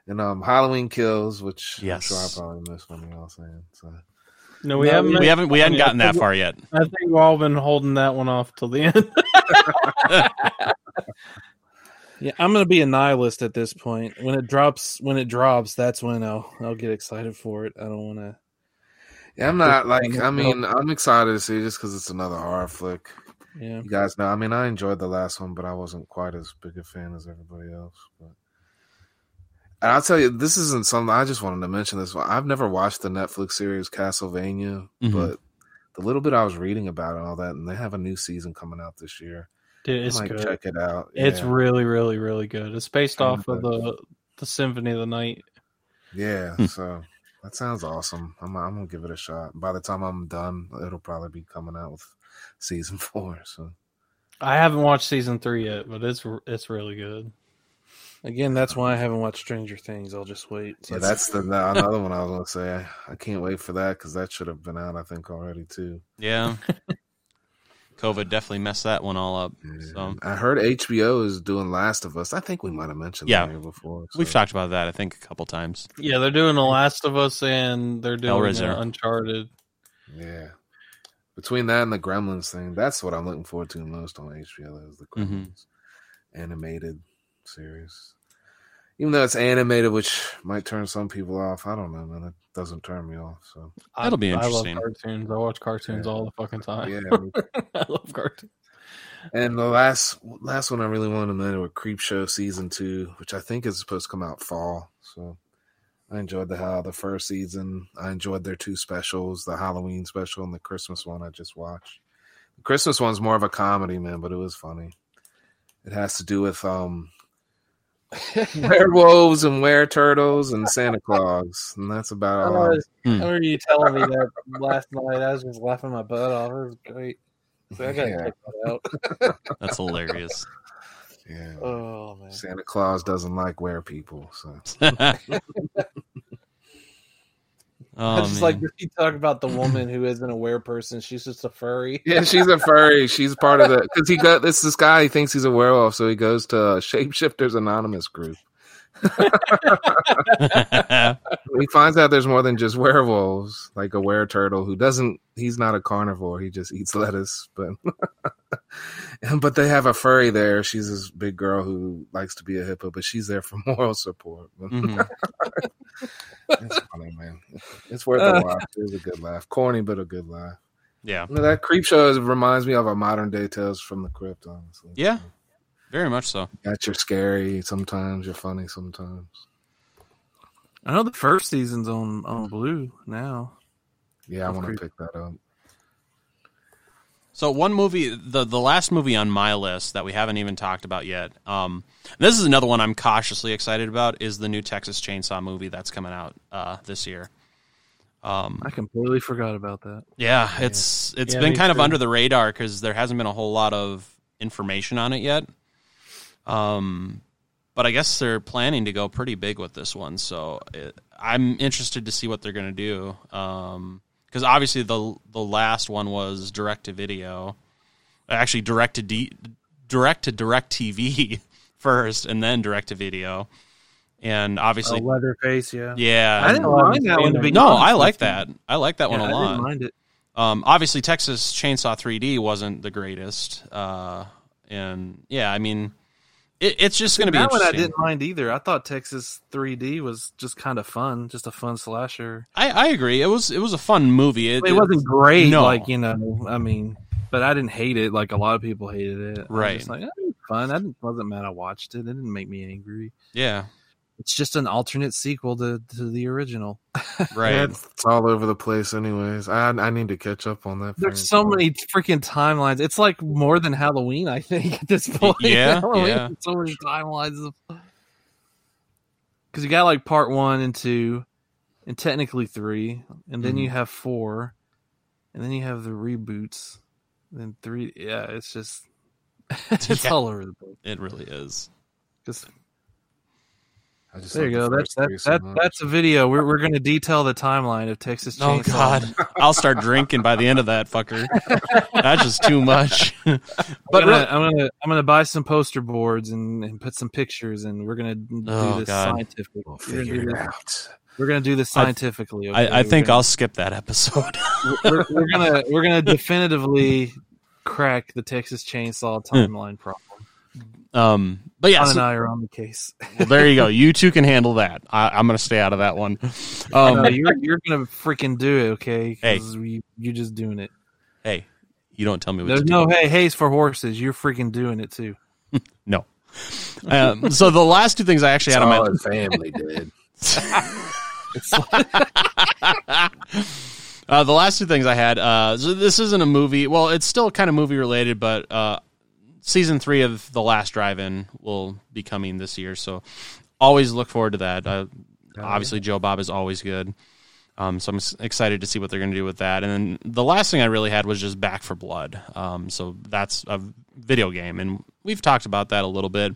S7: And um, Halloween Kills, which
S6: Yes.
S7: I'm sure I probably missed one of y'all saying. So.
S9: No, we
S10: No,
S9: haven't.
S6: We haven't we hadn't
S9: Yeah.
S6: gotten that far yet.
S9: I think we've all been holding that one off till the [laughs] end.
S10: yeah, I'm gonna be a nihilist at this point. When it drops, when it drops, that's when I'll I'll get excited for it. I don't want to.
S7: Yeah, I'm not like, I mean, I'm excited to see just because it's another horror flick.
S10: Yeah,
S7: You guys know, I mean, I enjoyed the last one, but I wasn't quite as big a fan as everybody else. But and I'll tell you, this isn't something I just wanted to mention. This one. I've never watched the Netflix series Castlevania,
S6: Mhm.
S7: but the little bit I was reading about it and all that, and they have a new season coming out this year.
S9: Dude,
S7: I
S9: it's
S7: might
S9: good.
S7: check it out.
S9: It's
S7: yeah.
S9: really, really, really good. It's based
S7: I'm
S9: off of
S7: gonna-
S9: the the Symphony of the Night.
S7: yeah.
S6: Hmm.
S7: So that sounds awesome. I'm I'm gonna give it a shot. By the time I'm done, it'll probably be coming out with [laughs] season four. So
S9: I haven't watched season three yet, but it's it's really good.
S10: again, that's why I haven't watched Stranger Things. I'll just wait.
S7: yeah, that's the another one I was gonna say. I, I can't wait for that because that should have been out, I think, already too.
S6: [laughs] Yeah. COVID definitely messed that one all up. So
S7: And I heard HBO is doing Last of Us. I think we might have mentioned
S6: Yeah.
S7: that here before. so-
S6: we've talked about that I think a couple times.
S9: Yeah, they're doing The Last of Us and they're doing
S6: Hellraiser.
S9: uh, Uncharted.
S7: Yeah. Between that and the Gremlins thing, that's what I'm looking forward to most on HBO is the Gremlins
S6: Mhm.
S7: animated series. Even though it's animated, which might turn some people off, I don't know, man. It doesn't turn me off. So
S9: I-
S6: That'll be
S9: I
S6: interesting.
S9: love cartoons. I watch cartoons
S7: Yeah.
S9: all the fucking time. [laughs]
S7: yeah.
S9: I love cartoons.
S7: and the last last one I really wanted to mention was Creep Show season two, which I think is supposed to come out fall. So I enjoyed the how the first season. I enjoyed their two specials, the Halloween special and the Christmas one I just watched. The Christmas one's more of a comedy, man, but it was funny. It has to do with
S10: [laughs]
S7: um werewolves and were turtles and Santa Claus. And that's about all. I-
S10: I
S6: Hmm.
S10: remember you telling me that last night. I was just laughing my butt off. It was great. So I gotta
S7: Yeah.
S10: check that out.
S9: [laughs]
S6: That's [laughs] hilarious.
S7: yeah.
S10: Oh man.
S7: Santa Claus doesn't like were people, so
S6: oh,
S10: I just
S6: Oh, man.
S10: like when you talk about the woman who isn't a wear person. [laughs] She's just a furry.
S7: Yeah, she's a furry. She's part of the because he got this this guy. He thinks he's a werewolf, so he goes to uh, Shapeshifters Anonymous group.
S6: [laughs]
S7: He finds out there's more than just werewolves, like a were turtle who doesn't. He's not a carnivore. He just eats lettuce. But [laughs] and but they have a furry there. She's this big girl who likes to be a hippo, but she's there for [laughs] moral support.
S6: Mhm.
S7: It's funny, man. It's worth a watch. It was a good laugh. Corny, but a good laugh.
S6: Yeah.
S7: You know, that creep show is, reminds me of a modern day Tales from the Crypt. Honestly,
S6: [laughs] Yeah. Very much so.
S7: that you're scary sometimes, you're funny sometimes.
S8: I know the first season's on on Blue now.
S7: Yeah, I
S8: Of
S7: want to
S8: course.
S7: pick that up.
S6: So one movie, the the last movie on my list that we haven't even talked about yet. Um, this is another one I'm cautiously excited about. Is the new Texas Chainsaw movie that's coming out uh, this year? Um,
S8: I completely forgot about that.
S6: yeah, it's it's
S9: Yeah,
S6: been
S9: me
S6: kind of
S9: too.
S6: under the radar because there hasn't been a whole lot of information on it yet. Um, but I guess they're planning to go pretty big with this one, so it, I'm interested to see what they're going to do. Because obviously the the last one was direct to video, actually direct to D, direct to direct TV [laughs] first, and then direct to video, and
S8: Oh,
S6: obviously,
S8: Leatherface, yeah.
S6: yeah,
S8: I didn't
S9: I haven't
S8: mind that
S9: seen
S8: one.
S9: it.
S8: To be
S6: no,
S8: honest
S6: I
S8: with
S6: like
S8: you.
S6: that. I like that one
S8: Yeah,
S6: a
S8: I
S6: lot.
S8: didn't mind it.
S6: Um, obviously, Texas Chainsaw 3D wasn't the greatest, uh, and yeah, I mean, it, it's just going to be
S8: that one I
S6: interesting.
S8: didn't mind either. I thought Texas 3D was just kind of fun, just a fun slasher.
S6: I, I agree. It was it was a fun movie.
S8: It, wasn't great,
S6: no.
S8: like you know. I mean, but I didn't hate it. Like a lot of people hated it.
S6: Right.
S8: It's like "Eh, it was fun. I didn't, wasn't mad. I watched it. It didn't make me angry. [laughs]
S6: Yeah,
S8: It's just an alternate sequel to to the original.
S6: right.
S7: Yeah, it's all over the place, anyways. I I need to catch up on that.
S8: There's so
S7: franchise.
S8: many freaking timelines. It's like more than Halloween, I think, at [laughs] this point.
S6: yeah,
S8: Halloween,
S6: yeah.
S8: So many [laughs] timelines. Because you got like part one and two, and technically three, and then you have four, and then you have the reboots, and then three. Yeah, it's just
S6: [laughs]
S8: it's
S6: Yeah.
S8: all over the place.
S6: It really is.
S8: Just,
S7: I just
S8: there
S7: like
S8: you go.
S7: the
S8: That's
S7: first three
S8: that's
S7: so
S8: that,
S7: much.
S8: that's a video. We're we're gonna detail the timeline of Texas Chainsaw.
S6: Oh God, I'll start drinking by the end of that
S8: [laughs]
S6: fucker. That's just too much. [laughs]
S8: But
S6: But
S8: I'm gonna,
S6: really-
S8: I'm gonna I'm gonna buy some poster boards and, and put some pictures and we're gonna do
S6: Oh,
S8: this
S6: God.
S8: scientifically.
S7: We'll
S8: we're, gonna
S7: figure
S8: do
S7: it
S8: this,
S7: out.
S8: we're gonna do this
S6: I-
S8: scientifically. okay?
S6: I, I
S8: We're
S6: think
S8: gonna,
S6: I'll skip that episode. [laughs]
S8: we're, we're gonna we're gonna definitively crack the Texas chainsaw timeline problem.
S6: Um, but Hmm. yeah,
S8: John
S6: so-
S8: and I are on
S6: [laughs]
S8: the case.
S6: well, there you go. You two can handle that. I, I'm going to stay out of that one.
S8: No,
S6: Um,
S8: you're you're gonna freaking do it, okay? 'Cause you, you're just doing it.
S6: hey, you don't tell me what
S8: There's
S6: to do.
S8: no hey hey's for horses. You're freaking doing it too.
S6: No. Um, so the last two things I actually
S8: [laughs]
S6: had on my
S7: Solid family did.
S6: uh, the last two things I had. Uh, so this isn't a movie. Well, it's still kind of movie related, but uh, season three of The Last Drive-In will be coming this year. So always look forward to that. Uh, obviously, Joe Bob is always good. Um, so I'm s- excited to see what they're going to do with that. And then the last thing I really had was just Back for Blood. Um, so that's a video game, and we've talked about that a little bit.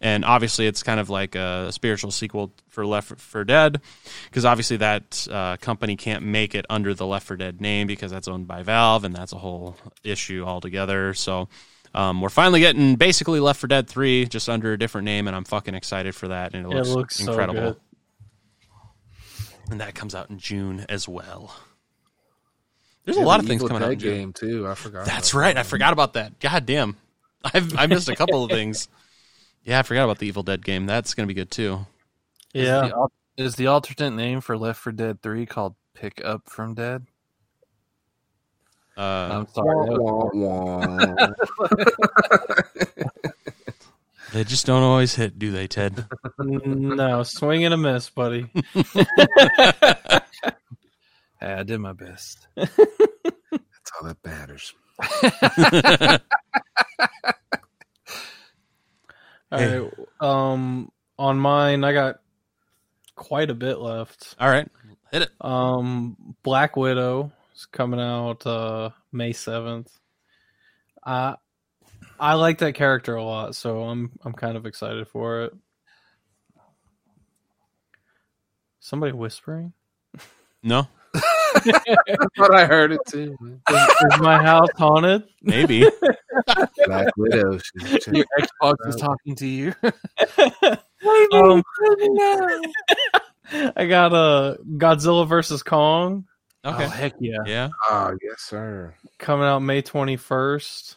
S6: And obviously, it's kind of like a spiritual sequel for Left for Dead, because obviously that uh, company can't make it under the Left for Dead name because that's owned by Valve, and that's a whole issue altogether. So um, we're finally getting basically Left for Dead Three, just under a different name, and I'm fucking excited for that. And it
S9: It
S6: looks,
S9: looks so
S6: incredible
S9: good.
S6: and that comes out in June as well. There's a
S7: Yeah,
S6: lot
S7: the
S6: of things
S7: Evil
S6: coming out.
S7: Dead
S6: In June.
S7: game too. I forgot.
S6: That's
S7: about
S6: right.
S7: that
S6: I
S7: one.
S6: forgot about that. God damn, [laughs] I've I missed a couple of things. Yeah, I forgot about the Evil Dead game. That's gonna be good too.
S9: Yeah.
S8: Is the, al- is the alternate name for Left for Dead Three called Pick Up from Dead?
S6: Uh,
S8: I'm sorry. that was-
S7: Wah, wah, wah.
S6: they just don't always hit, do they, Ted?
S9: No, swing and a miss, buddy.
S8: Hey, I did my best.
S7: That's all that matters.
S9: All
S6: Hey.
S9: right. Um, on mine, I got quite a bit left.
S6: All right.
S9: Um, Black Widow is coming out uh May seventh. I I like that character a lot, so I'm I'm kind of excited for it. Somebody whispering?
S6: No,
S7: I thought I heard it too.
S9: Is, is my house haunted?
S6: maybe.
S7: [laughs] Black Widow. She's
S8: Your Xbox is talking to you.
S9: Um, [laughs] I got a uh, Godzilla versus Kong
S8: Oh
S6: Okay.
S8: heck yeah!
S6: Yeah.
S7: Ah, yes, sir.
S9: coming out May twenty first.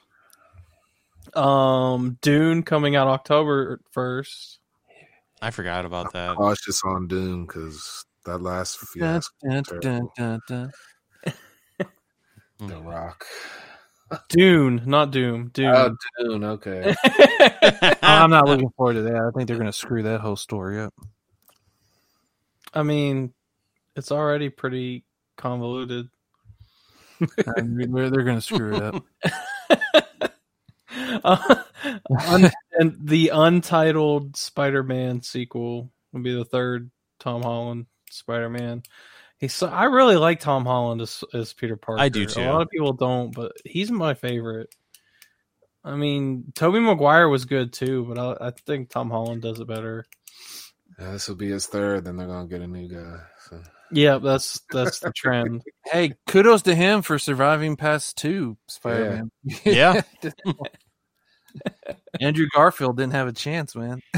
S9: Um, Dune coming out October first.
S6: I forgot about that.
S7: Cautious on Doom because that last
S8: [laughs] Dun,
S7: fiasco,
S8: dun, dun, dun, dun.
S7: The Rock.
S9: Dune, not Doom. Dune.
S7: Oh, Dune.
S8: Uh,
S7: Okay.
S8: I'm not looking forward to that. I think they're gonna screw that whole story up.
S9: [laughs] I mean, it's already pretty convoluted.
S8: I mean, they're they're gonna screw it up.
S9: Uh, un- and the untitled Spider-Man sequel will be the third Tom Holland Spider-Man. He's so, I really like Tom Holland as, as Peter Parker.
S6: I do
S9: A
S6: too.
S9: lot of people don't, but he's my favorite. I mean, Toby Maguire was good too, but I, I think Tom Holland does it better.
S7: Yeah, this will be his third. Then they're gonna get a new guy. So.
S9: Yeah, that's that's the [laughs] trend.
S8: Hey, kudos to him for surviving past two Spider-Man. [laughs]
S6: Yeah.
S8: Andrew Garfield didn't have a chance, man. [laughs]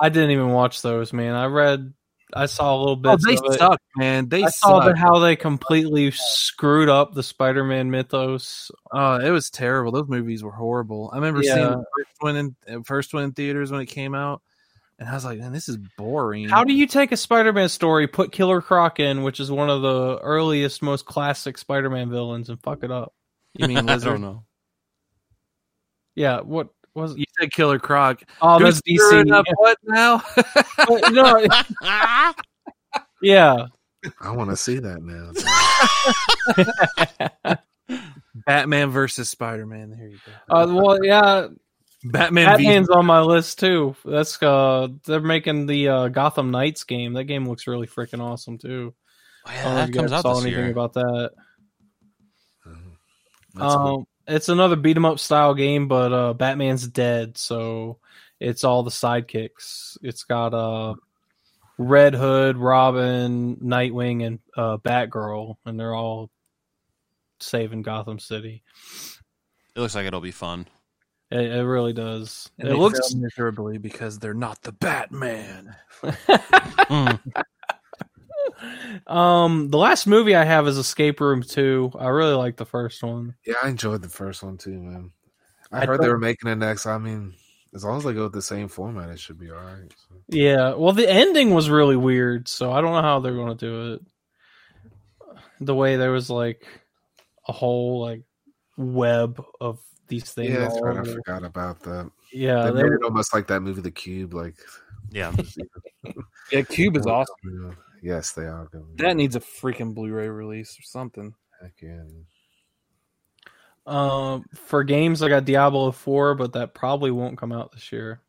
S9: I didn't even watch those, man. I read I saw a little bit.
S10: Oh, they
S9: of it.
S10: suck, man. They
S9: I saw
S10: suck.
S9: the, how they completely screwed up the Spider-Man mythos.
S8: Oh, it was terrible. Those movies were horrible. I remember
S9: Yeah.
S8: seeing the first one in uh, first one in theaters when it came out, and I was like, "Man, this is boring."
S9: How do you take a Spider-Man story, put Killer Croc in, which is one of the earliest, most classic Spider-Man villains, and fuck it up?
S8: you
S10: [laughs]
S8: mean
S6: I
S8: lizard?
S6: don't know.
S9: Yeah, what was?
S8: You said Killer Croc.
S9: Oh,
S8: Who's
S9: that's
S8: stirring
S10: [laughs]
S9: DC. [laughs]
S8: Up what now?
S9: But no, [laughs] yeah,
S7: I want to see that now.
S8: Batman versus Spider Man. There you go.
S9: uh, well, yeah.
S8: Batman.
S9: Batman's on my list too. That's uh, they're making the uh, Gotham Knights game. That game looks really freaking awesome too.
S6: Oh,
S9: I
S6: yeah,
S9: don't know if
S6: that
S9: you
S6: comes
S9: guys
S6: out
S9: saw
S6: this
S9: anything
S6: year.
S9: about that.
S7: Uh-huh. That's cool.
S9: Um, it's another beat 'em up style game, but uh, Batman's dead, so it's all the sidekicks. It's got uh, Red Hood, Robin, Nightwing, and uh, Batgirl, and they're all saving Gotham City.
S6: It looks like it'll be fun.
S9: It, it really does.
S8: And
S9: it
S8: they
S9: looks
S8: failed miserably because they're not the Batman.
S6: Mm.
S9: [laughs] um the last movie I have is Escape Room 2. I really like the first one.
S7: Yeah, I enjoyed the first one too, man. I,
S9: I
S7: heard they
S9: don't-
S7: were making the next. I mean, as long as they go with the same format, it should be all right. So.
S9: Yeah, well the ending was really weird, so I don't know how they're going to do it. The way there was like a whole like web of these things.
S7: Yeah, I
S9: all
S7: kind of
S9: over.
S7: forgot about that.
S10: Uh,
S9: yeah,
S7: they
S9: they,
S7: made it almost like that movie, The Cube. Like,
S6: Yeah.
S10: Yeah, Cube is awesome.
S7: Yes, they are. Going
S10: That needs a freaking Blu-ray release or something.
S7: back in.
S9: um for games I got Diablo 4, but that probably won't come out this year.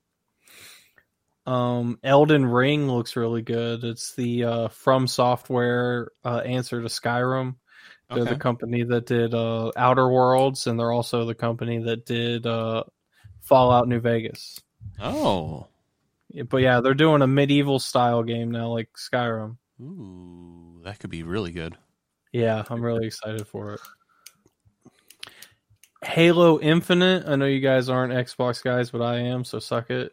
S9: Um Elden Ring looks really good. It's the uh From Software uh answer to Skyrim. They're
S6: Okay.
S9: the company that did uh, Outer Worlds, and they're also the company that did uh, Fallout New Vegas.
S6: Oh.
S9: Yeah, But yeah, they're doing a medieval style game now, like Skyrim.
S6: Ooh, that could be really good.
S9: Yeah, I'm really excited for it. Halo Infinite. I know you guys aren't Xbox guys, but I am, so suck it.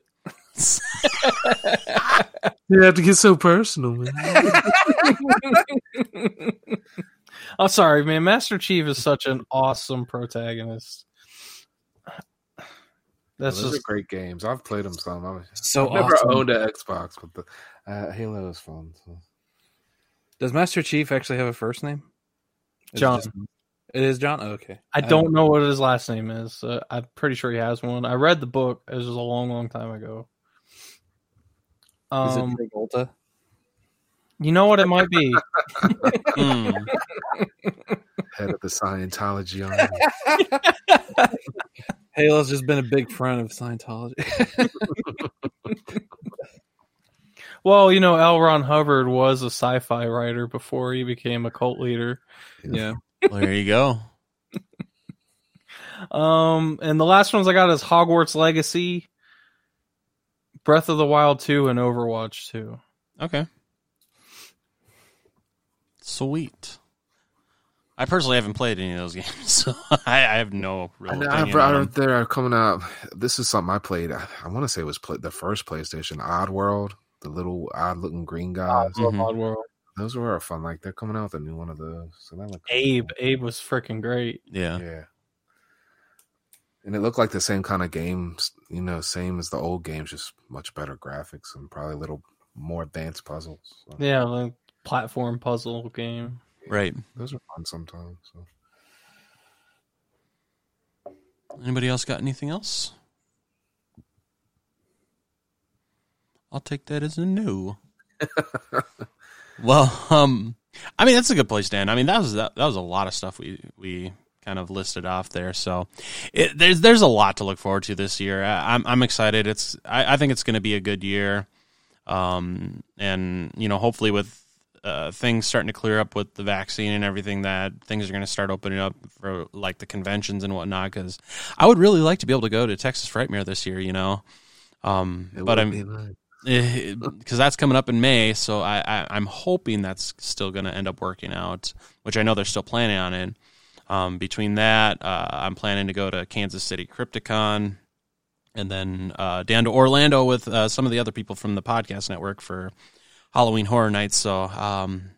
S10: You have to get so personal, man.
S9: I'm Oh, sorry, man. Master Chief is such an awesome protagonist. That's
S7: Those are
S9: just
S7: great games. I've played them some. I was-
S10: So
S7: I've never
S10: awesome.
S7: owned an Xbox, but the uh, Halo is fun. So.
S10: Does Master Chief actually have a first name? Is it
S9: John.
S10: just- It is John. Oh, okay.
S9: I don't know what his last name is. Uh, I'm pretty sure he has one. I read the book. It was a long, long time ago.
S10: Is
S9: Um,
S10: it Travolta?
S9: you know what it might be.
S6: Mm.
S7: Head of the Scientology
S9: [laughs]
S7: Army.
S10: Halo's just been a big friend of Scientology.
S9: Well, you know, L. Ron Hubbard was a sci-fi writer before he became a cult leader.
S10: yeah.
S6: Well, there you go.
S9: Um, and the last ones I got is Hogwarts Legacy, Breath of the Wild two, and Overwatch two.
S6: Okay. Sweet. I personally haven't played any of those [laughs] games, so I, I have no real
S7: I know, I
S6: opinion
S7: brought
S6: on
S7: up there are coming up. This is something I played. I, I want to say it was pla the first PlayStation, Oddworld, the little odd-looking
S9: Oh,
S7: green guys.
S9: Love
S6: Mhm.
S9: Oddworld.
S7: Those were a fun. Like they're coming out with a new one of those. So that looked
S9: Abe, Abe was freaking great.
S6: Yeah.
S7: Yeah. And it looked like the same kind of games, you know, same as the old games, just much better graphics and probably a little more advanced puzzles. So
S9: Yeah, the platform puzzle game.
S6: Right.
S7: Those are fun sometimes. So.
S6: Anybody else got anything else? I'll take that as a no. [laughs] well, um, I mean that's a good place to end. I mean that was that, that was a lot of stuff we we kind of listed off there. So it, there's there's a lot to look forward to this year. I, I'm I'm excited. It's I, I think it's going to be a good year. Um, and you know hopefully with uh, things starting to clear up with the vaccine and everything that things are going to start opening up for like the conventions and whatnot because I would really like to be able to go to Texas Frightmare this year, you know. Um,
S7: It
S6: but
S7: would
S6: I'm [laughs]
S7: be nice.
S6: because Eh, that's coming up in May, so I, I I'm hoping that's still going to end up working out, which I know they're still planning on it. Um, between that, uh, I'm planning to go to Kansas City Crypticon, and then uh, down to Orlando with uh, some of the other people from the podcast network for Halloween Horror Nights. So um,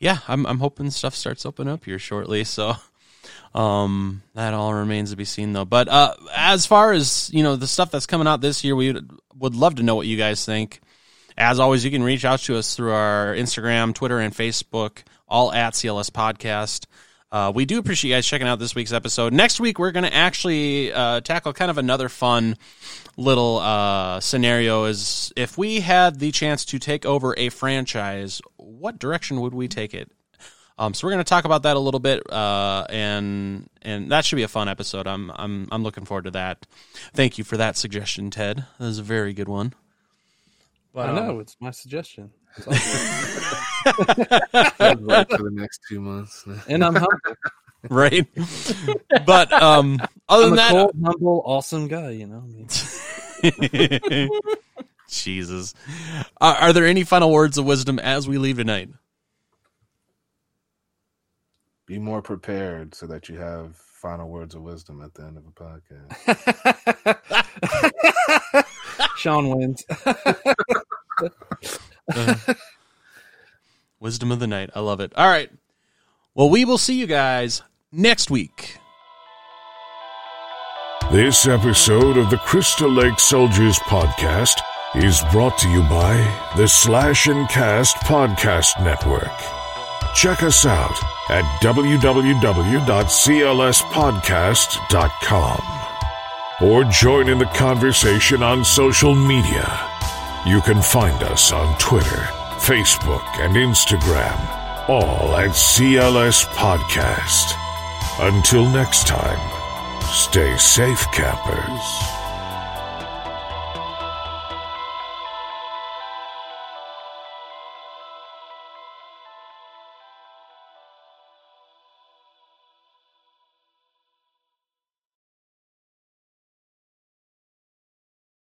S6: yeah, I'm I'm hoping stuff starts opening up here shortly. [laughs] So um, that all remains to be seen though. But uh, as far as you know, the stuff that's coming out this year, we would, would love to know what you guys think. As always, you can reach out to us through our Instagram, Twitter, and Facebook, all at CLS Podcast. Uh, we do appreciate you guys checking out this week's episode. Next week, we're going to actually uh, tackle kind of another fun little uh, scenario: is if we had the chance to take over a franchise, what direction would we take it? Um, so we're going to talk about that a little bit, uh, and and that should be a fun episode. I'm I'm I'm looking forward to that. Thank you for that suggestion, Ted. That was a very good one. [laughs]
S10: I
S6: um,
S10: know it's my suggestion,
S7: I'd wait for the next two months. [laughs]
S10: and I'm humble.
S6: right? but um, other
S10: I'm
S6: than
S10: a
S6: that,
S10: cold, humble, awesome guy. You know, I mean,
S6: [laughs] Jesus, are, are there any final words of wisdom as we leave tonight?
S7: Be more prepared so that you have final words of wisdom at the end of a podcast.
S6: [laughs]
S10: Sean wins.
S6: Wisdom of the night, I love it. All right, well, we will see you guys next week.
S2: This episode of the Crystal Lake Soldiers podcast is brought to you by the Slash and Cast Podcast Network. Check us out at www.clspodcast.com or join in the conversation on social media. You can find us on Twitter, Facebook, and Instagram, all at CLS Podcast. Until next time. Stay safe, campers.